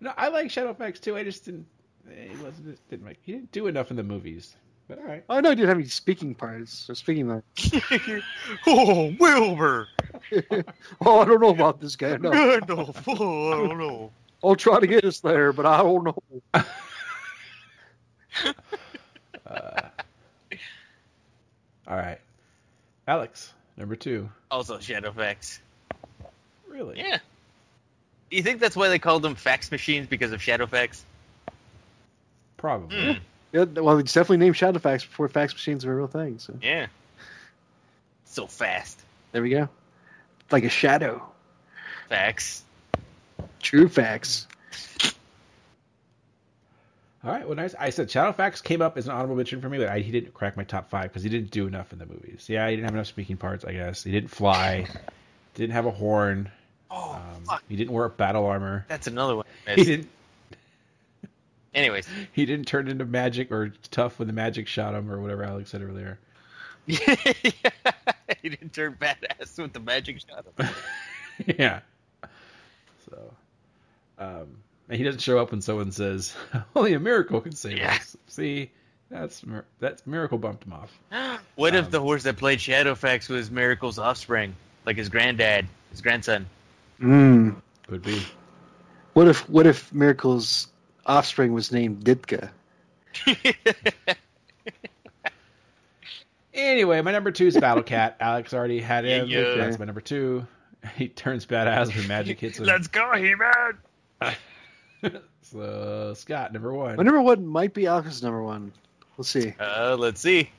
Speaker 6: No, I like Shadowfax too. I just didn't. It wasn't. It didn't make. He didn't do enough in the movies. But all right.
Speaker 5: oh no, I didn't have any speaking parts. So speaking of
Speaker 4: oh, Wilbur.
Speaker 5: Oh, I don't know about this guy. No,
Speaker 4: Gandalf. Oh, I don't know.
Speaker 5: I'll try to get us there, but I don't know.
Speaker 6: Uh, All right. Alex number two.
Speaker 4: Also, Shadowfax.
Speaker 6: Really?
Speaker 4: Yeah. You think that's why they called them fax machines because of Shadowfax?
Speaker 6: Probably.
Speaker 4: Mm,
Speaker 5: Yeah, well, it's definitely named Shadowfax before fax machines were a real thing. So
Speaker 4: yeah. So fast.
Speaker 5: there we go. Like a shadow,
Speaker 4: Fax.
Speaker 5: true fax.
Speaker 6: All right. Well, nice. I said Shadowfax came up as an honorable mention for me, but I, he didn't crack my top five because he didn't do enough in the movies. Yeah, he didn't have enough speaking parts. I guess he didn't fly. didn't have a horn.
Speaker 4: Oh,
Speaker 6: Um,
Speaker 4: fuck.
Speaker 6: he didn't wear battle armor.
Speaker 4: That's another one.
Speaker 6: He didn't
Speaker 4: Anyways,
Speaker 6: He didn't turn into magic or tough when the magic shot him or whatever Alex said earlier.
Speaker 4: he didn't turn badass with the magic shot.
Speaker 6: yeah. So, um, and he doesn't show up when someone says, "Only a miracle can save
Speaker 4: Yeah.
Speaker 6: us." See, that's mir- that's miracle bumped him off.
Speaker 4: What if
Speaker 6: Um,
Speaker 4: the horse that played Shadowfax was Miracle's offspring, like his granddad, his grandson?
Speaker 5: Mm.
Speaker 6: Could be.
Speaker 5: What if what if Miracle's offspring was named Ditka?
Speaker 6: Anyway, my number two is Battle Cat. Alex already had
Speaker 4: Yeah,
Speaker 6: him.
Speaker 4: yeah.
Speaker 6: That's my number two. He turns badass when magic hits him.
Speaker 4: go, He Man!
Speaker 6: So uh, Scott, number one.
Speaker 5: My number one might be Alka's number one. We'll see.
Speaker 4: Uh, let's see.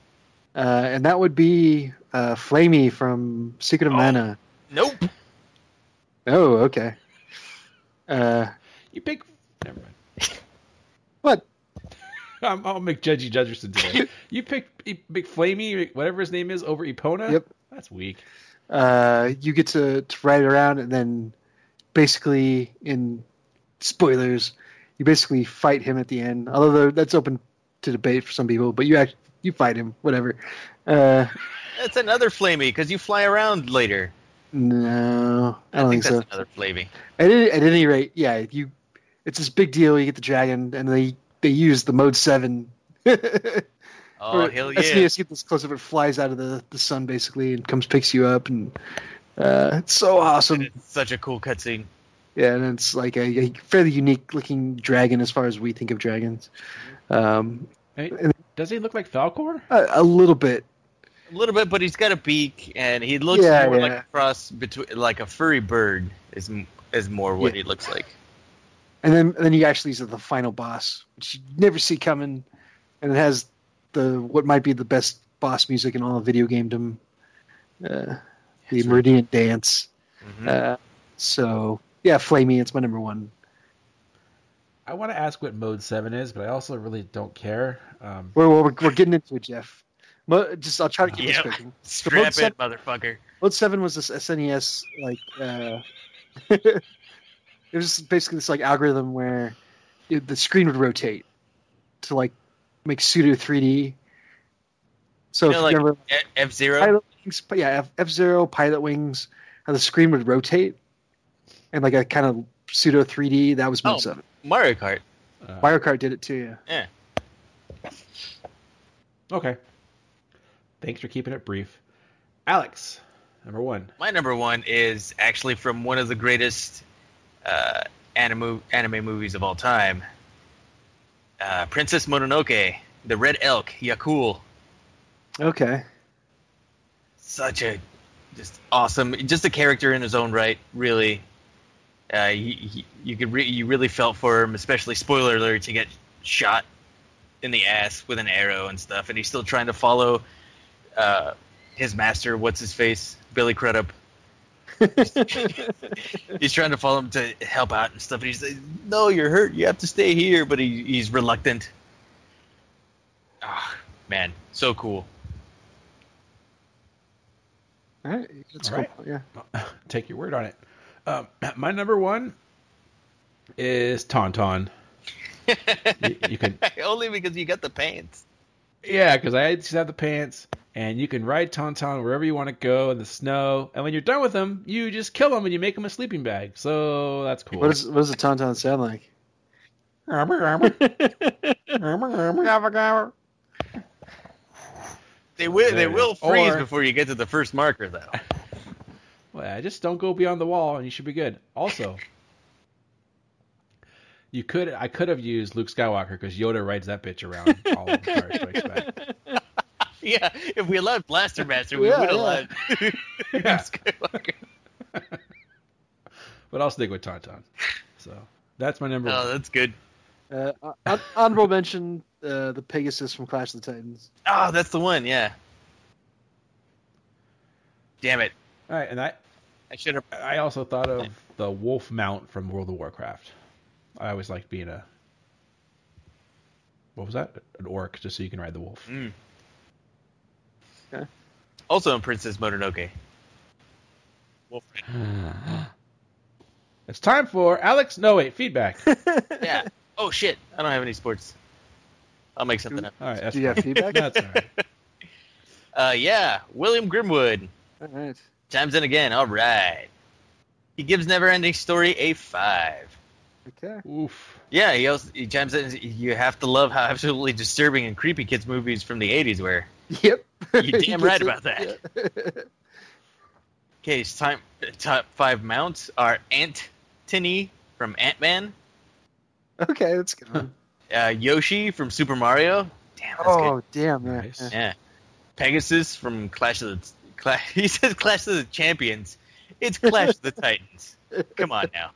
Speaker 5: Uh, and that would be uh, Flamey from Secret of
Speaker 4: Oh.
Speaker 5: Mana.
Speaker 4: Nope.
Speaker 5: Oh, okay. Uh,
Speaker 6: You pick. Never mind.
Speaker 5: what?
Speaker 6: I'm, I'll make Judgy Judgerson today. you picked E- McFlamey, whatever his name is, over Epona.
Speaker 5: Yep.
Speaker 6: That's weak.
Speaker 5: Uh, you get to, to ride around and then basically in spoilers, you basically fight him at the end. Although that's open to debate for some people, but you act you fight him, whatever. Uh,
Speaker 4: That's another Flamey, because you fly around later.
Speaker 5: no, I don't
Speaker 4: I
Speaker 5: think,
Speaker 4: think that's
Speaker 5: so.
Speaker 4: another Flamey.
Speaker 5: At any, at any rate, yeah, you. It's this big deal. You get the dragon, and they they use the mode seven.
Speaker 4: Oh,
Speaker 5: Or-
Speaker 4: hell
Speaker 5: As soon
Speaker 4: yeah.
Speaker 5: as you get this close up, it flies out of the, the sun basically and comes picks you up, and uh, it's so awesome.
Speaker 4: It's such a cool cutscene.
Speaker 5: Yeah, and it's like a, a fairly unique looking dragon as far as we think of dragons. Um,
Speaker 6: Hey, does he look like Falcor?
Speaker 5: a, a little bit.
Speaker 4: A little bit, but he's got a beak, and he looks
Speaker 5: Yeah,
Speaker 4: more
Speaker 5: yeah.
Speaker 4: like a cross between, like a furry bird is m- is more what
Speaker 5: Yeah.
Speaker 4: he looks like.
Speaker 5: And then and then you actually see the final boss, which you never see coming, and it has the what might be the best boss music in all of video gamedom, uh, the Meridian Dance.
Speaker 4: Mhm.
Speaker 5: Uh, so yeah, Flamey, it's my number one.
Speaker 6: I want to ask what Mode Seven is, but I also really don't care. Um,
Speaker 5: We're we're, we're getting into it, Jeff. Mo- just I'll try to keep
Speaker 4: Yep.
Speaker 5: this quick.
Speaker 4: Strap it,
Speaker 5: set-
Speaker 4: motherfucker.
Speaker 5: Mode Seven was this SNES like uh, it was basically this like algorithm where it, the screen would rotate to like make pseudo 3D. So
Speaker 4: You
Speaker 5: if
Speaker 4: know,
Speaker 5: you
Speaker 4: like
Speaker 5: remember
Speaker 4: E, F Zero.
Speaker 5: Pilot Wings, but yeah, F Zero Pilot Wings, how the screen would rotate and like a kind of pseudo 3D. That was Mode
Speaker 4: Oh.
Speaker 5: Seven.
Speaker 4: Mario Kart.
Speaker 6: uh,
Speaker 5: Mario Kart did it too. Yeah.
Speaker 6: okay. Thanks for keeping it brief, Alex. Number one.
Speaker 4: My number one is actually from one of the greatest uh, anime anime movies of all time, uh, Princess Mononoke, The Red Elk, Yakul.
Speaker 5: Okay.
Speaker 4: Such a just awesome, just a character in his own right. Really, uh, he, he, you could re- you really felt for him, especially spoiler alert, to get shot in the ass with an arrow and stuff, and he's still trying to follow uh, his master. What's his face, Billy Crudup. he's trying to follow him to help out and stuff. And he's like, "No, you're hurt. You have to stay here." But he, he's reluctant. Ah, man, so cool.
Speaker 5: All right. That's
Speaker 6: All
Speaker 5: cool. Yeah.
Speaker 6: Take your word on it. Um, my number one is Tauntaun. you, you can
Speaker 4: Only because you got the pants.
Speaker 6: Yeah, because I just have the pants, and you can ride Tauntaun wherever you want to go in the snow. And when you're done with them, you just kill them and you make them a sleeping bag. So that's cool.
Speaker 5: What is what does the tauntaun sound like?
Speaker 4: They will. They
Speaker 6: Yeah.
Speaker 4: will freeze
Speaker 6: Or-
Speaker 4: before you get to the first marker, though.
Speaker 6: Well, yeah, just don't go beyond the wall, and you should be good. Also, you could I could have used Luke Skywalker because Yoda rides that bitch around all of Empire Strikes Back.
Speaker 4: yeah, if we allowed Blaster Master, we
Speaker 5: Yeah,
Speaker 4: would have
Speaker 5: yeah.
Speaker 4: allowed.
Speaker 6: Yeah,
Speaker 4: Skywalker.
Speaker 6: but I'll stick with Tauntaun. So that's my number.
Speaker 4: oh,
Speaker 6: one.
Speaker 4: that's good.
Speaker 5: Uh, hon- honorable mention: uh, the Pegasus from Clash of the Titans.
Speaker 4: Oh, that's the one. Yeah. Damn it!
Speaker 6: All right, and I
Speaker 4: I should have.
Speaker 6: I also thought of the wolf mount from World of Warcraft. I always liked being a what was that? An orc, just so you can ride the wolf.
Speaker 4: Mm.
Speaker 5: Okay.
Speaker 4: Also in Princess Mononoke. Wolf.
Speaker 6: It's time for Alex. No wait, feedback.
Speaker 4: Yeah. Oh shit! I don't have any sports. I'll make something up.
Speaker 6: All right, that's
Speaker 5: Do you have
Speaker 6: fine.
Speaker 5: feedback?
Speaker 6: That's all right.
Speaker 4: Uh, yeah, William Grimwood
Speaker 5: All right.
Speaker 4: chimes in again. All right, he gives Neverending Story a five.
Speaker 5: Okay.
Speaker 6: Oof.
Speaker 4: Yeah, he also he chimes in. You have to love how absolutely disturbing and creepy kids movies from the '80s were.
Speaker 5: Yep.
Speaker 4: You damn right
Speaker 5: Gets it.
Speaker 4: about that.
Speaker 5: Yeah.
Speaker 4: Okay, his time, top five mounts are Antony from Ant Man,
Speaker 5: okay, that's good. one.
Speaker 4: uh, Yoshi from Super Mario. Damn, that's
Speaker 5: oh damn! Yeah.
Speaker 6: Nice.
Speaker 5: yeah.
Speaker 4: good. Yeah, Pegasus from Clash of the. Cla- he says Clash of the Champions. It's Clash of the Titans. Come on now.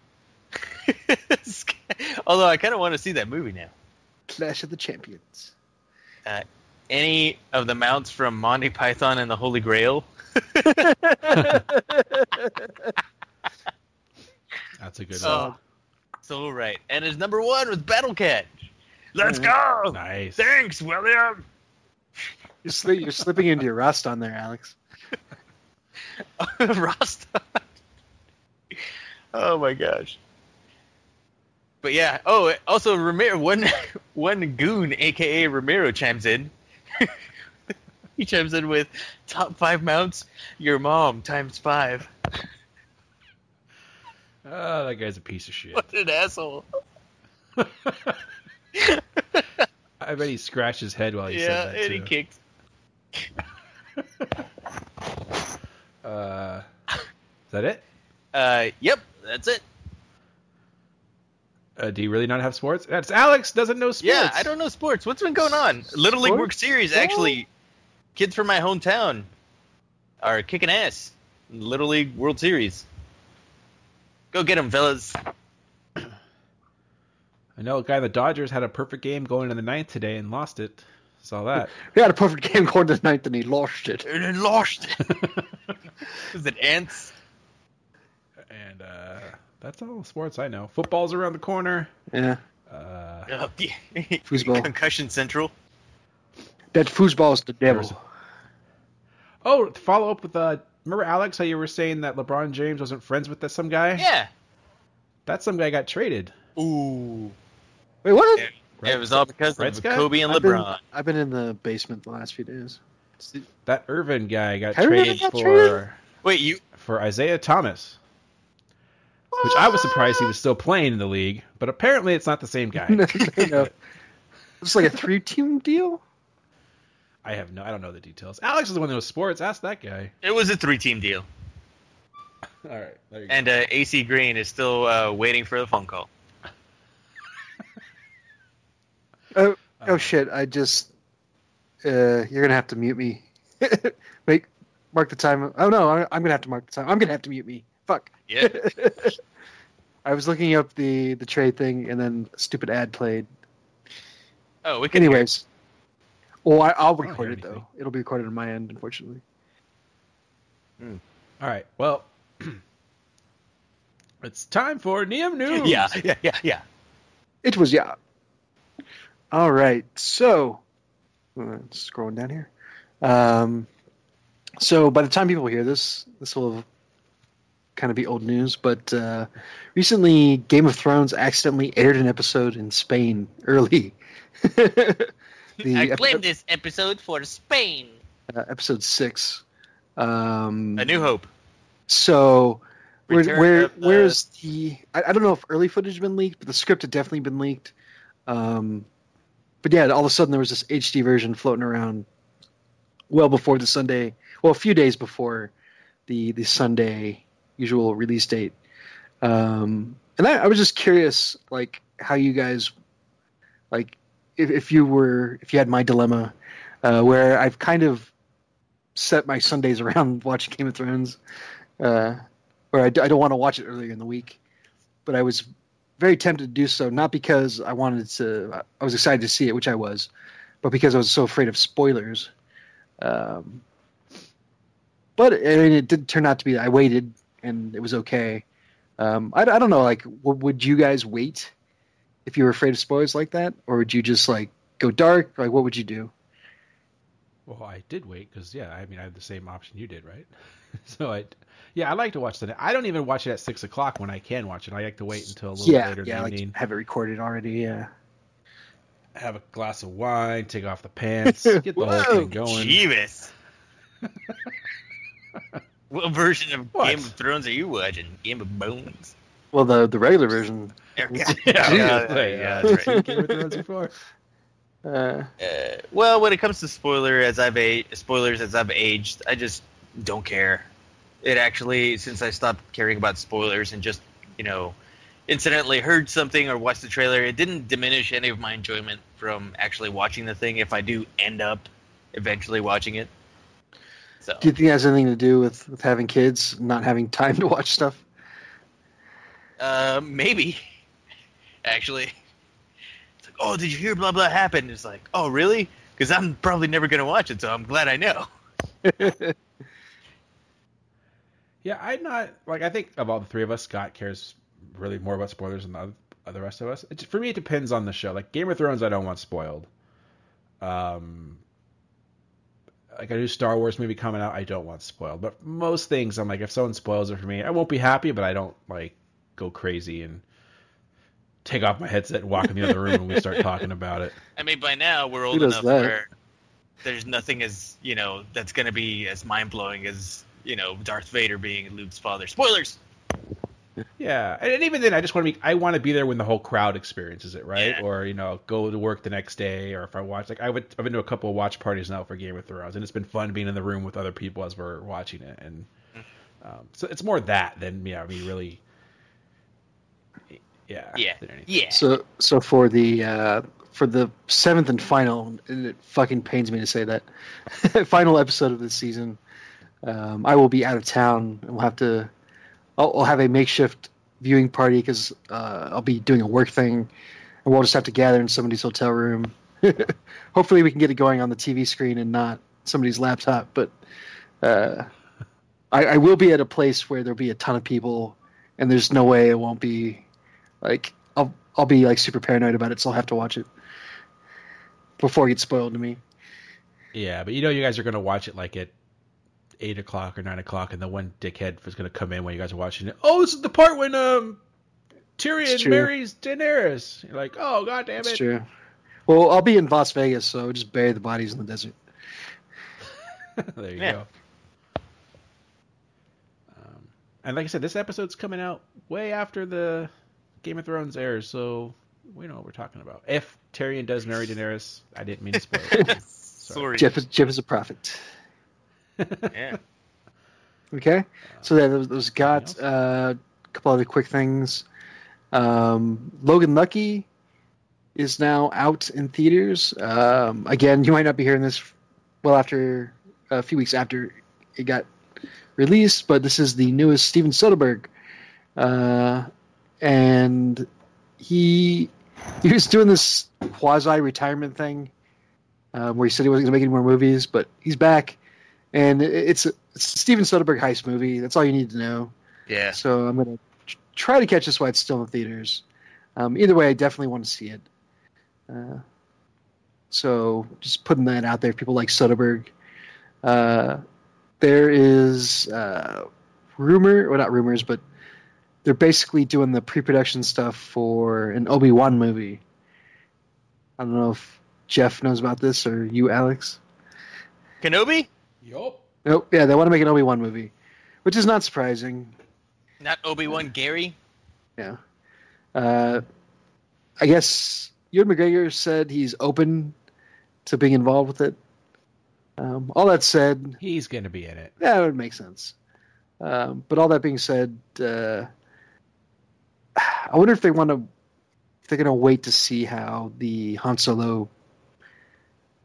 Speaker 4: Although I kind of want to see that movie now.
Speaker 5: Clash of the Champions.
Speaker 4: Any of the mounts from Monty Python and the Holy Grail?
Speaker 6: That's a good
Speaker 4: So-
Speaker 6: one.
Speaker 4: So right, and his number one was Battle Mm-hmm. Cat. Let's go!
Speaker 6: Nice.
Speaker 4: Thanks, William.
Speaker 5: You're, sli- you're slipping into your rust on there, Alex.
Speaker 4: Rasta. Oh my gosh. But yeah. Oh, also Ramiro. One one goon, aka Ramiro, chimes in. he chimes in with top five mounts. Your mom times five.
Speaker 6: Oh, that guy's a piece of shit.
Speaker 4: What an asshole.
Speaker 6: I bet he scratched his head while he
Speaker 4: yeah,
Speaker 6: said that
Speaker 4: and
Speaker 6: too.
Speaker 4: he kicked.
Speaker 6: Uh, is that it?
Speaker 4: Uh, yep, that's it.
Speaker 6: Uh, do you really not have sports? That's Alex doesn't know sports.
Speaker 4: Yeah, I don't know sports. What's been going on? Little League
Speaker 5: Sports?
Speaker 4: World Series, actually. Kids from my hometown are kicking ass. in the Little League World Series. Go get them, fellas.
Speaker 6: I know a guy in the Dodgers had a perfect game going into the ninth today and lost it. Saw that.
Speaker 5: He had a perfect game going tonight, and he lost it.
Speaker 4: And then lost. Is it ants?
Speaker 6: and uh, that's all the sports I know. Football's around the corner.
Speaker 5: Yeah.
Speaker 6: Uh,
Speaker 4: Uh, yeah.
Speaker 5: Foosball.
Speaker 4: Concussion Central.
Speaker 5: That foosball is the devil.
Speaker 6: oh, to follow up with uh, remember Alex how you were saying that LeBron James wasn't friends with that some guy?
Speaker 4: Yeah.
Speaker 6: That some guy got traded.
Speaker 4: Ooh.
Speaker 5: Wait, what?
Speaker 4: Yeah. It was all because
Speaker 6: Reds
Speaker 4: of
Speaker 6: guy?
Speaker 4: Kobe and
Speaker 5: I've been-
Speaker 4: LeBron.
Speaker 5: I've been in the basement the last few days.
Speaker 6: That Irvin guy got
Speaker 5: Irvin
Speaker 6: traded
Speaker 5: got
Speaker 6: for
Speaker 5: traded?
Speaker 4: Wait, you?
Speaker 6: for Isaiah Thomas, which I was surprised he was still playing in the league, but apparently it's not the same guy.
Speaker 5: no, no, no. It's like a three-team deal.
Speaker 6: I have no, I don't know the details. Alex is the one that knows sports. Ask that guy.
Speaker 4: It was a three-team deal,
Speaker 6: All right, there you go.
Speaker 4: and uh, AC Green is still uh, waiting for the phone call.
Speaker 5: Oh,
Speaker 6: Uh,
Speaker 5: oh shit! I just uh, you're gonna have to mute me. Make mark the time. Oh no, I, I'm gonna have to mark the time. I'm gonna have to mute me. Fuck.
Speaker 4: Yeah.
Speaker 5: I was looking up the the trade thing, and then a stupid ad played.
Speaker 4: Oh, we can. hear it.
Speaker 5: Anyways, oh, I, I'll
Speaker 6: don't
Speaker 5: record
Speaker 6: hear
Speaker 5: it though.
Speaker 6: anything.
Speaker 5: It'll be recorded on my end, unfortunately.
Speaker 6: All right. Well, it's time for Neum News.
Speaker 4: Yeah, yeah, yeah, yeah.
Speaker 5: It was yeah. All right, so uh, scrolling down here. Um, so by the time people hear this, this will kind of be old news. But uh, recently, Game of Thrones accidentally aired an episode in Spain early. the
Speaker 4: I
Speaker 5: ep-
Speaker 4: claim this episode for Spain.
Speaker 5: uh, episode six. Um,
Speaker 4: A New Hope.
Speaker 5: So where
Speaker 4: Return
Speaker 5: where
Speaker 4: of the-
Speaker 5: where's the I, I don't know if early footage had been leaked, but the script had definitely been leaked. Um, but yeah, all of a sudden there was this HD version floating around well before the Sunday, well a few days before the the Sunday usual release date. Um, and I, I was just curious, like how you guys, like if, if you were if you had my dilemma, uh, where I've kind of set my Sundays around watching Game of Thrones uh, or I, d- I don't want to watch it earlier in the week, but I was very tempted to do so, not because I wanted to, I was excited to see it, which I was, but because I was so afraid of spoilers. Um, but I mean, it did turn out to be, I waited and it was okay. Um, I, d- I don't know, like, w- would you guys wait if you were afraid of spoilers like that? Or would you just, like, go dark? Like, what would you do?
Speaker 6: Well, I did wait because yeah, I mean I had the same option you did, right? so I, yeah, I like to watch the. I don't even watch it at six o'clock when I can watch it. I like to wait until a little
Speaker 5: yeah,
Speaker 6: later in
Speaker 5: yeah,
Speaker 6: the
Speaker 5: like
Speaker 6: evening.
Speaker 5: have it recorded already. Yeah,
Speaker 6: Have a glass of wine, take off the pants, get the whole
Speaker 4: Oh,
Speaker 5: Whoa,
Speaker 6: thing going.
Speaker 4: Jeebus. what version of
Speaker 6: What?
Speaker 4: Game of Thrones are you watching? Game of Bones.
Speaker 5: well, the the regular version.
Speaker 4: Yeah,
Speaker 6: Jesus,
Speaker 4: Oh, yeah,
Speaker 6: like,
Speaker 4: yeah,
Speaker 6: uh,
Speaker 4: that's right.
Speaker 6: Game of Thrones before.
Speaker 5: Uh,
Speaker 4: Uh, well, when it comes to spoiler as I've a- spoilers as I've aged, I just don't care. It actually, since I stopped caring about spoilers and just you know, incidentally heard something or watched the trailer, it didn't diminish any of my enjoyment from actually watching the thing. If I do end up eventually watching it, so
Speaker 5: do you think it has anything to do with, with having kids, not having time to watch stuff?
Speaker 4: Uh, maybe. Actually, it's like, oh, did you hear blah blah happened? It's like, oh, really? Because I'm probably never gonna watch it, so I'm glad I know.
Speaker 6: Yeah, I'm not like I think of all the three of us, Scott cares really more about spoilers than the other, the rest of us. It, for me, it depends on the show. Like Game of Thrones, I don't want spoiled. Um, like a new Star Wars movie coming out, I don't want spoiled. But most things, I'm like, if someone spoils it for me, I won't be happy, but I don't like go crazy and take off my headset and walk in the other room when we start talking about it.
Speaker 4: I mean, by now we're old
Speaker 5: does
Speaker 4: enough
Speaker 5: that?
Speaker 4: where there's nothing as you know that's gonna be as mind blowing as you know Darth Vader being Luke's father. Spoilers.
Speaker 6: Yeah, and, and even then, I just want to be. I want to be there when the whole crowd experiences it, right?
Speaker 4: Yeah.
Speaker 6: Or you know, go to work the next day, or if I watch, like I would, I've been to a couple of watch parties now for Game of Thrones, and it's been fun being in the room with other people as we're watching it, and um, so it's more that than yeah, I mean, really, yeah,
Speaker 5: Ah,
Speaker 4: Yeah.
Speaker 6: than anything.
Speaker 4: Yeah.
Speaker 5: So so for the uh, for the seventh and final, and it fucking pains me to say that final episode of this season, um, I will be out of town and we'll have to. I'll, I'll have a makeshift viewing party because uh, I'll be doing a work thing, and we'll just have to gather in somebody's hotel room. Hopefully, we can get it going on the TV screen and not somebody's laptop. But uh, I, I will be at a place where there'll be a ton of people, and there's no way it won't be like I'll I'll be like super paranoid about it, so I'll have to watch it before it gets spoiled to me.
Speaker 6: Yeah, but you know, you guys are gonna watch it like at eight o'clock or nine o'clock, and the one dickhead is gonna come in when you guys are watching it. Oh, this is the part when um
Speaker 5: It's
Speaker 6: Tyrion
Speaker 5: true.
Speaker 6: marries Daenerys. You're like, oh god damn
Speaker 5: That's
Speaker 6: it!
Speaker 5: true. Well, I'll be in Las Vegas, so just bury the bodies in the desert.
Speaker 6: there you
Speaker 4: Yeah.
Speaker 6: go. Um, and like I said, this episode's coming out way after the Game of Thrones airs, so we know what we're talking about. If Tyrion does marry Daenerys, I didn't mean to spoil it.
Speaker 4: Sorry.
Speaker 5: Jeff is Jeff is a prophet.
Speaker 4: Yeah.
Speaker 5: Okay, so yeah, those, those got
Speaker 6: anything
Speaker 5: uh, a couple other quick things. Um, Logan Lucky is now out in theaters. Um, again, you might not be hearing this well after a few weeks after it got released, but this is the newest Steven Soderbergh, uh, and he he was doing this quasi retirement thing um, where he said he wasn't going to make any more movies, but he's back, and it- it's a, it's a Steven Soderbergh heist movie. That's all you need to know.
Speaker 4: Yeah.
Speaker 5: So I'm gonna tr- try to catch this while it's still in theaters. Um, either way, I definitely want to see it. Uh, so just putting that out there. if People like Soderbergh. Uh, there is uh, rumor, well, not rumors, but they're basically doing the pre-production stuff for an Obi Wan movie. I don't know if Jeff knows about this or you, Alex.
Speaker 4: Kenobi?
Speaker 6: Yup.
Speaker 5: Nope. Yeah, they want to make an Obi Wan movie, which is not surprising.
Speaker 4: Not Obi Wan Gary?
Speaker 5: Yeah. Uh, I guess Ewan McGregor said he's open to being involved with it. Um, all that said,
Speaker 6: He's gonna be in it.
Speaker 5: yeah, it would make sense. Um, but all that being said, uh, I wonder if they want to. If they're going to wait to see how the Han Solo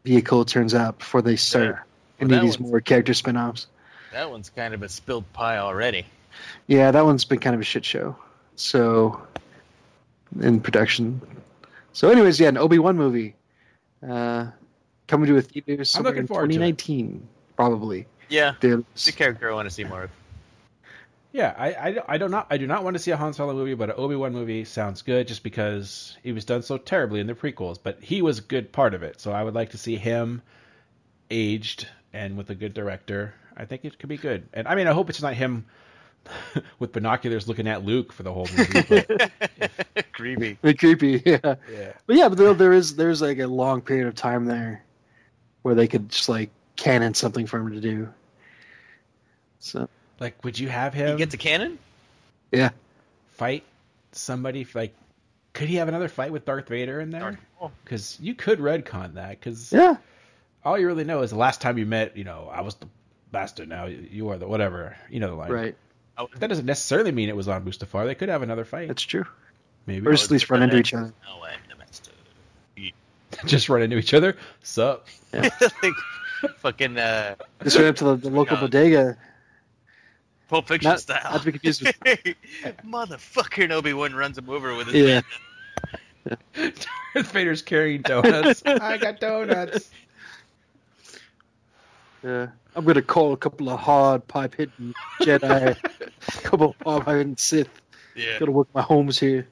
Speaker 5: vehicle turns out before they start
Speaker 4: Well,
Speaker 5: any of
Speaker 4: that
Speaker 5: these
Speaker 4: one's-
Speaker 5: more character spin-offs.
Speaker 4: That one's kind of a spilled pie already.
Speaker 5: Yeah, that one's been kind of a shit show. So, in production. So, anyways, yeah, an Obi Wan movie uh, coming to a theater somewhere
Speaker 6: looking
Speaker 5: in
Speaker 6: forward to it.
Speaker 5: 2019, probably.
Speaker 4: Yeah.
Speaker 5: There's-
Speaker 4: It's a character I want to see more of.
Speaker 6: Yeah, I, I, don't- I do not I do not want to see a Han Solo movie, but an Obi Wan movie sounds good just because he was done so terribly in the prequels. But he was a good part of it, so I would like to see him aged and with a good director, I think it could be good. And I mean, I hope it's not him with binoculars looking at Luke for the whole movie. But
Speaker 4: Creepy.
Speaker 5: Bit creepy, yeah.
Speaker 6: yeah.
Speaker 5: But yeah, but there, there is there's like a long period of time there where they could just like canon something for him to do. So
Speaker 6: Like, would you have
Speaker 4: You
Speaker 6: him
Speaker 4: get the cannon?
Speaker 5: yeah,
Speaker 6: fight somebody? Like, could he have another fight with Darth Vader in there?
Speaker 4: Darth- oh,
Speaker 6: Because you could redcon that. Because
Speaker 5: yeah,
Speaker 6: all you really know is the last time you met, you know, I was the bastard. Now you are the whatever. You know the line.
Speaker 5: right.
Speaker 4: I would-
Speaker 6: That doesn't necessarily mean it was on Mustafar. They could have another fight.
Speaker 5: That's true.
Speaker 6: Maybe
Speaker 5: Or just at least run into each other.
Speaker 4: No, I'm the master.
Speaker 6: just run into each other. Sup?
Speaker 4: like, fucking uh,
Speaker 5: Just ran up to the, the local
Speaker 4: Yeah.
Speaker 5: bodega.
Speaker 4: Pulp Fiction
Speaker 5: Not-
Speaker 4: style.
Speaker 5: not to be confused with-
Speaker 4: Motherfucker, and Obi Wan runs him over with his.
Speaker 5: Yeah,
Speaker 6: Darth Vader's carrying donuts. I got donuts.
Speaker 5: yeah. I'm gonna call a couple of hard pipe hitting Jedi, a couple of hard pipe hitting Sith.
Speaker 4: Yeah.
Speaker 5: Gotta work my homes here.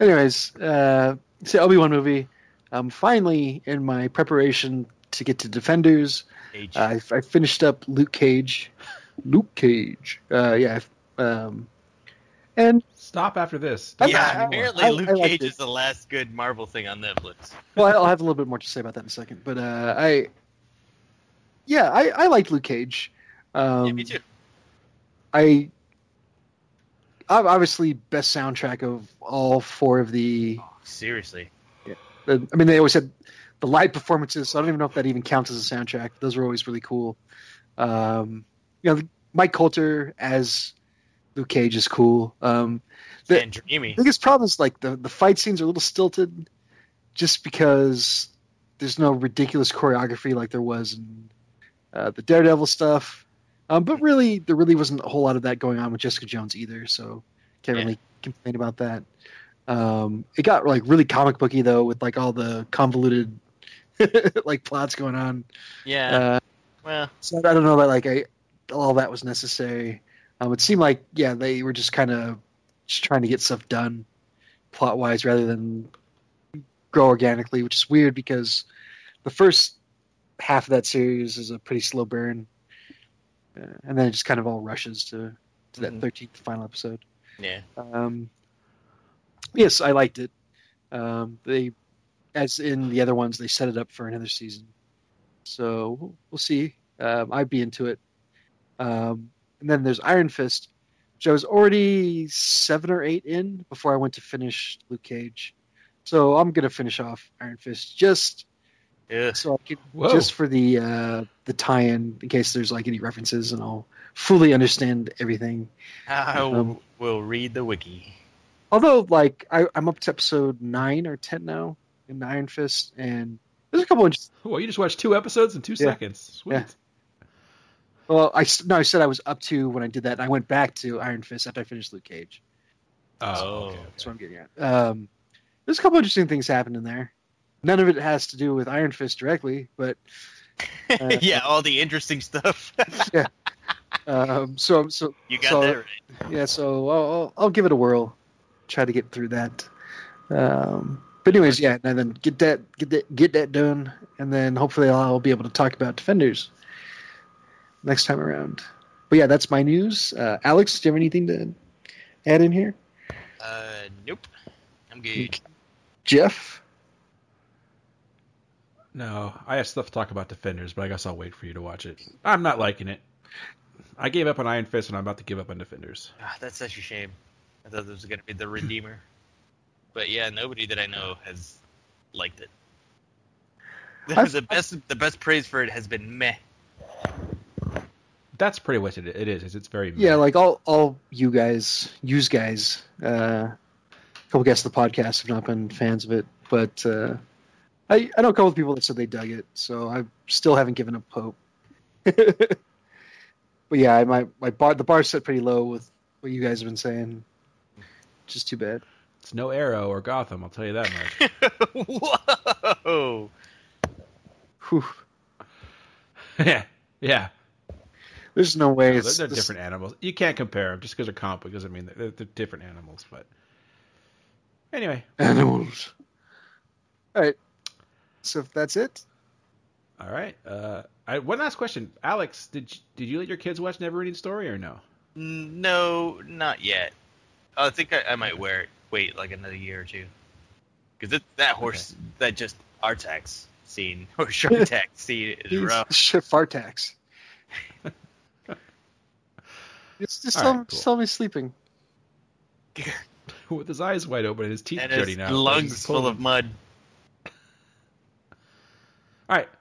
Speaker 5: Anyways, uh, so Obi Wan movie. Um, finally, in my preparation to get to Defenders,
Speaker 4: H.
Speaker 5: I, I finished up Luke Cage. Luke Cage. Uh, yeah. Um, and
Speaker 6: Stop after this.
Speaker 5: I-
Speaker 4: yeah,
Speaker 5: I-
Speaker 4: apparently
Speaker 5: I- I
Speaker 4: Luke
Speaker 5: liked
Speaker 4: Cage
Speaker 5: it.
Speaker 4: is the last good Marvel thing on Netflix.
Speaker 5: well, I'll have a little bit more to say about that in a second. But uh, I, yeah, I, I liked Luke Cage. Um,
Speaker 4: yeah, me too.
Speaker 5: I ob- obviously best soundtrack of all four of the.
Speaker 4: Seriously.
Speaker 5: the- I mean, they always had the live performances. So I don't even know if that even counts as a soundtrack. Those were always really cool. Um, you know, Mike Coulter as Luke Cage is cool. Um, The-
Speaker 4: and Dreamy.
Speaker 5: The biggest problem is like the, the fight scenes are a little stilted just because there's no ridiculous choreography like there was in uh, the Daredevil stuff. Um, but really, there really wasn't a whole lot of that going on with Jessica Jones either, so can't
Speaker 4: Yeah.
Speaker 5: really complain about that. Um, it got like really comic booky though, with like all the convoluted like plots going on.
Speaker 4: Yeah.
Speaker 5: Uh,
Speaker 4: well,
Speaker 5: so I don't know that like I all that was necessary. Um, it seemed like yeah they were just kind of just trying to get stuff done plot wise rather than grow organically, which is weird because the first half of that series is a pretty slow burn, uh, and then it just kind of all rushes to to that
Speaker 4: Mhm.
Speaker 5: 13th final episode.
Speaker 4: yeah.
Speaker 5: Um, yes, I liked it. Um, they, as in the other ones, they set it up for another season. So we'll- we'll see. Um, I'd be into it. Um, and then there's Iron Fist, which I was already seven or eight in before I went to finish Luke Cage. So I'm gonna finish off Iron Fist just
Speaker 4: Ugh.
Speaker 5: so I can
Speaker 6: Whoa.
Speaker 5: just for the uh, the tie-in in case there's like any references and I'll fully understand everything.
Speaker 4: I
Speaker 5: Um,
Speaker 4: will read the wiki.
Speaker 5: although like I, I'm up to episode nine or ten now in Iron Fist, and there's a couple. Of,
Speaker 6: Well, you just watched two episodes in two
Speaker 5: Yeah.
Speaker 6: seconds. Sweet.
Speaker 5: Yeah. well, I s- no, I said I was up to when I did that. And I went back to Iron Fist after I finished Luke Cage.
Speaker 6: Oh. okay,
Speaker 5: That's
Speaker 6: okay.
Speaker 5: what I'm getting at. Um, there's a couple interesting things happened in there. None of it has to do with Iron Fist directly, but Uh,
Speaker 4: yeah, all the interesting stuff.
Speaker 5: um, so so
Speaker 4: you got
Speaker 5: So-
Speaker 4: that right.
Speaker 5: yeah, so I'll, I'll- I'll give it a whirl. Try to get through that. Um, but anyways, yeah, and then get that get that get that done, and then hopefully I'll, I'll be able to talk about defenders next time around. But yeah, that's my news. Uh, Alex, do you have anything to add in here?
Speaker 4: Uh, nope. I'm good.
Speaker 5: Jeff,
Speaker 6: No, I have stuff to talk about Defenders, but I guess I'll wait for you to watch it. I'm not liking it. I gave up on Iron Fist, and I'm about to give up on Defenders.
Speaker 4: Ah, that's such a shame. I thought this was going to be the Redeemer. But yeah, nobody that I know has liked it.
Speaker 5: I've-
Speaker 4: the best the best praise for it has been meh.
Speaker 6: That's pretty much it. It is. It's, it's very
Speaker 5: yeah, like all all you guys, use guys, uh, a couple guests of the podcast have not been fans of it, but uh, I I know a couple of people that said they dug it, so I still haven't given up hope. but yeah, I, my my bar the bar set pretty low with what you guys have been saying. Just too bad.
Speaker 6: it's no Arrow or Gotham. I'll tell you that much.
Speaker 4: Whoa!
Speaker 5: Whew.
Speaker 6: yeah, yeah.
Speaker 5: There's no way.
Speaker 6: No, they're,
Speaker 5: it's,
Speaker 6: they're
Speaker 5: this-
Speaker 6: different animals. You can't compare them just because they're comp. Because I mean, they're, they're different animals. But anyway,
Speaker 5: animals. All right. So if that's it.
Speaker 6: all right. Uh,
Speaker 1: I, one last question, Alex. Did you, did you let your kids watch Never Ending Story or no?
Speaker 4: N- No, not yet. I think I, I might wear it. Wait, like another year or two, because that horse, that just Artax scene or Shark Attack scene is rough.
Speaker 5: Shit, fart tax. It's just
Speaker 1: All
Speaker 5: tell,
Speaker 1: right, cool.
Speaker 5: just tell me sleeping.
Speaker 1: With his eyes wide open and his teeth
Speaker 4: and
Speaker 1: jutting
Speaker 4: his
Speaker 1: out,
Speaker 4: lungs
Speaker 1: He's
Speaker 4: full
Speaker 1: pulling-
Speaker 4: of mud.
Speaker 1: All right.